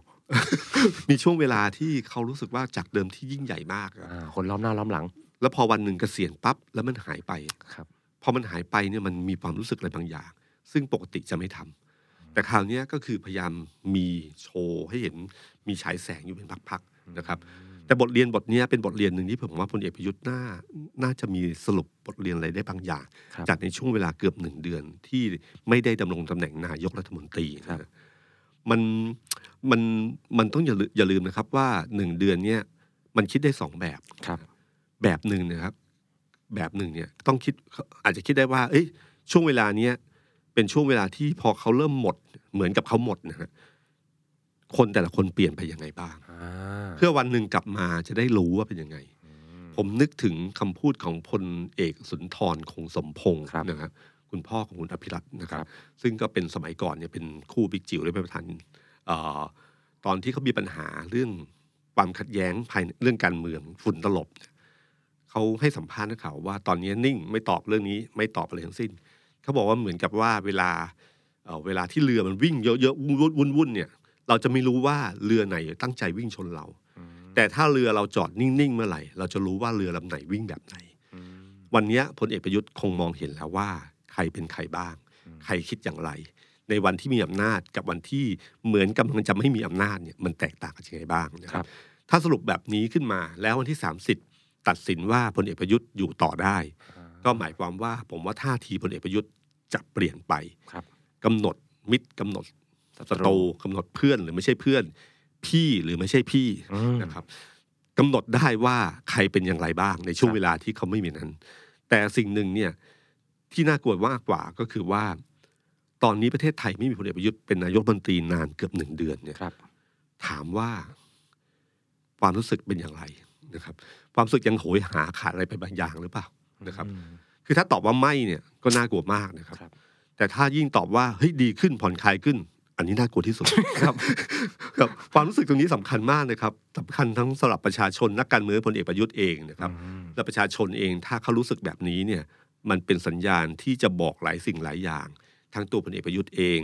B: มีช่วงเวลาที่เขารู้สึกว่าจากเดิมที่ยิ่งใหญ่มากอะ
C: คนล้อมหน้าล้อมหลัง
B: แล้วพอวันหนึ่งเกษียณปั๊บแล้วมันหายไป
C: ครับ
B: พอมันหายไปเนี่ยมันมีความรู้สึกอะไรบางอย่าง ซึ่งปกติจะไม่ทำแต่คราวเนี้ยก็คือพยายามมีโชว์ให้เห็นมีฉายแสงอยู่เป็นพักๆนะครับ แต่บทเรียนบทเนี้ยเป็นบทเรียนหนึ่งที่ผมว่าพลเอกประยุทธ์น่าน่าจะมีสรุปบทเรียนอะไรได้บางอย่าง
C: ครับ
B: จากในช่วงเวลาเกือบหนึ่งเดือนที่ไม่ได้ดำรงตำแหน่งนายกรัฐมนตรี
C: ครั
B: นะ
C: บ
B: มันมันมันต้องอย่าลืมอย่าลืมนะครับว่าหนึ่งเดือนเนี้ยมันคิดได้สองแบบ
C: ครับ
B: แบบหนึ่งนะครับ แบบหนึ่งเนี่ยต้องคิดอาจจะคิดได้ว่า เอ้ยช่วงเวลาเนี้ยเป็นช่วงเวลาที่พอเขาเริ่มหมด เหมือนกับเขาหมดนะฮะคนแต่ละคนเปลี่ยนไปยังไงบ้าง
C: อ่า
B: เพื่อวันหนึ่งกลับมาจะได้รู้ว่าเป็นยังไง
C: ม
B: ผมนึกถึงคำพูดของพลเอกสุนทรคงสมพงศ์
C: ครับ
B: นะฮะคุณพ่อของคุณอภิรัตน์นะครั
C: ครับ บ
B: ซึ่งก็เป็นสมัยก่อนเนี่ยเป็นคู่บิ๊กจิ๋วและเป็นประธานเอ่อตอนที่เขามีปัญหาเรื่องความขัดแย้งภายในเรื่องการเมืองฝุ่นตลบเนี่ยเขาให้สัมภาษณ์นักข่าวว่าตอนนี้นิ่งไม่ตอบเรื่องนี้ไม่ตอบอะไรทั้งสิ้น เขาบอกว่าเหมือนกับว่าเวลาเอ่อเวลาที่เรือมันวิ่งเยอะๆวุ่นๆวุ่นๆเนี่ยเราจะไม่รู้ว่าเรือไหนตั้งใจวิ่งชนเรา
C: อืม
B: แต่ถ้าเรือเราจอดนิ่ง ๆ เมื่อไหร่ เราจะรู้ว่าเรือลำไหนวิ่งแบบไหน
C: อืม
B: วันเนี้ยพลเอกประยุทธ์คงมองเห็นแล้วว่าใครเป็นใครบ้าง
C: อืม
B: ใครคิดอย่างไร ในวันที่มีอำนาจกับวันที่เหมือนกำลังจะไม่มีอำนาจเนี่ยมันแตกต่างกันยังไงบ้างนะ
C: ค
B: ค
C: รั
B: รั
C: บบ
B: ถ้าสรุปแบบนี้ขึ้นมาแล้ววันที่ 30 ตัดสินว่าพลเอกประยุทธ์อยู่ต่อได้
C: อ่า
B: ก็หมายความว่าผมว่าท่าทีพลเอกประยุทธ์จะเปลี่ยนไป
C: ครับ
B: กำหนดมิตรกำหนดศัตรูกำหนดเพื่อนหรือไม่ใช่เพื่อน พี่หรือไม่ใช่พี่
C: อืม
B: นะครับกำหนดได้ว่าใครเป็นอย่างไรบ้างในช่ว
C: ค
B: ง
C: รับ
B: เวลาที่เขาไม่มีนั้น แต่สิ่งหนึ่งเนี่ยที่น่ากลัวมากกว่าก็คือว่า ตอนนี้ประเทศไทยไม่มีพลเอกประยุทธ์เป็นนายกรัฐมนตรีนานเกือบหนึ่งเดือนเนี่ย
C: ครับ
B: ถามว่าความรู้สึกเป็นอย่างไรนะครับ ความรู้สึกยังโหยหาขาดอะไรไปบางอย่างหรือเปล่านะครับ
C: อืม
B: คือถ้าตอบว่าไม่เนี่ยก็น่ากลัวมากนะครับ
C: ครับ
B: แต่ถ้ายิ่งตอบว่าเฮ้ยดีขึ้นผ่อนคลายขึ้น อันนี้น่ากลัวที่สุด
C: ครับ
B: ครับความรู้สึกตรงนี้สำคัญมากนะครับสำคัญทั้งสำหรับประชาชนนักการเมืองพลเอกประยุทธ์เองนะครับ
C: อืม
B: และประชาชนเองถ้าเขารู้สึกแบบนี้เนี่ยมันเป็นสัญญาณที่จะบอกหลายสิ่งหลายอย่าง ทั้งตัวพลเอกประยุทธ์เอง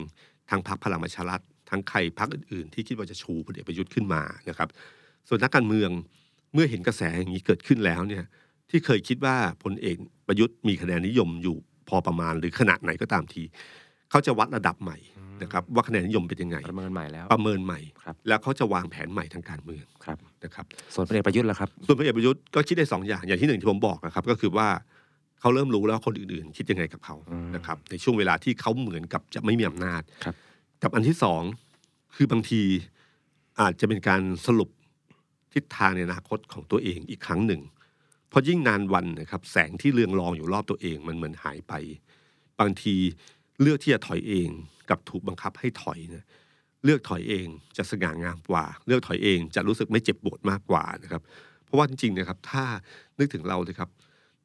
B: ทั้งพรรคพลังประชารัฐทั้งใครพรรคอื่นๆ ที่คิดว่าจะชูพลเอกประยุทธ์ขึ้นมานะครับ ส่วนนักการเมืองเมื่อเห็นกระแสอย่างนี้เกิดขึ้นแล้วเนี่ยที่เคยคิดว่าพลเอกประยุทธ์มีคะแนนนิยมอยู่พอประมาณหรือขนาดไหนก็ตามที เขาจะวัดระดับใหม่นะครับว่าคะแนนนิยมเป็นยังไง
C: ประเมินใหม่แล้ว
B: ประเมินใหม่
C: ครับ
B: แล้วเขาจะวางแผนใหม่ทางการเมือง
C: ครับ
B: นะครับ
C: ส่วนพลเอกประยุทธ์ล่ะครับ
B: ส่วนพลเอกประยุทธ์ก็คิดได้สองอย่าง อย่างที่หนึ่งที่ผมบอกนะครับก็คือว่าเขาเริ่มรู้แล้วคนอื่นๆ คิดยังไงกับเขา
C: อืม
B: นะครับในช่วงเวลาที่เขาเหมือนกับจะไม่มีอำนาจ
C: ครับ
B: กับอันที่สองคือบางทีอาจจะเป็นการสรุปทิศทางในอนาคตของตัวเองอีกครั้งหนึ่ง เพราะยิ่งนานวันนะครับแสงที่เรืองรองอยู่รอบตัวเองมันเหมือนหายไป บางทีเลือกที่จะถอยเองกับถูกบังคับให้ถอยนะเลือกถอยเองจะสง่างามกว่า เลือกถอยเองจะรู้สึกไม่เจ็บปวดมากกว่านะครับ เพราะว่าจริงๆนะครับถ้านึกถึงเราเลยครับ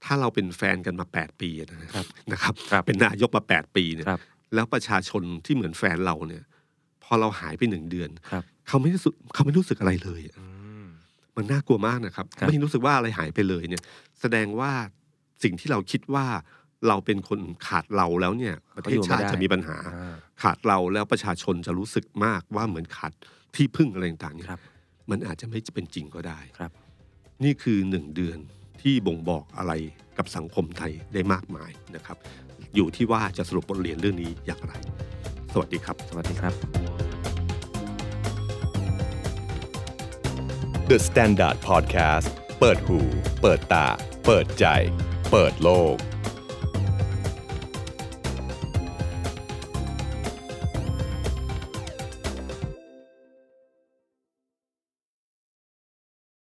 B: ถ้าเราเป็นแฟนกันมา 8 ปีนะครับ
C: ครับ
B: นะครับ
C: ครับ
B: เป็นนายกมา 8 ปีเนี่ย
C: ครับ
B: แล้วประชาชนที่เหมือนแฟนเราเนี่ย พอเราหายไปหนึ่งเดือน
C: ครับ
B: เขาไม่รู้สึกเขาไม่รู้สึกอะไรเลยอะ
C: อืม
B: มันน่ากลัวมากนะครับ
C: ครับ
B: ไม่รู้สึกว่าอะไรหายไปเลยเนี่ย แสดงว่าสิ่งที่เราคิดว่าเราเป็นคนขาดเราแล้วเนี่ย ประเทศชาติจะมีปัญหา
C: อ่า
B: ขาดเราแล้วประชาชนจะรู้สึกมากว่าเหมือนขาดที่พึ่งอะไรต่างๆเนี่ย
C: ครับ
B: มันอาจจะไม่เป็นจริงก็ได้
C: ครับ
B: นี่คือหนึ่งเดือนที่บ่งบอกอะไรกับสังคมไทยได้มากมายนะครับ อยู่ที่ว่าจะสรุปบทเรียนเรื่องนี้อย่างไร สวัสดีครับ
C: สวัสดีครับ
A: The Standard Podcast เปิดหูเปิดตา เปิดใจ เปิดโลก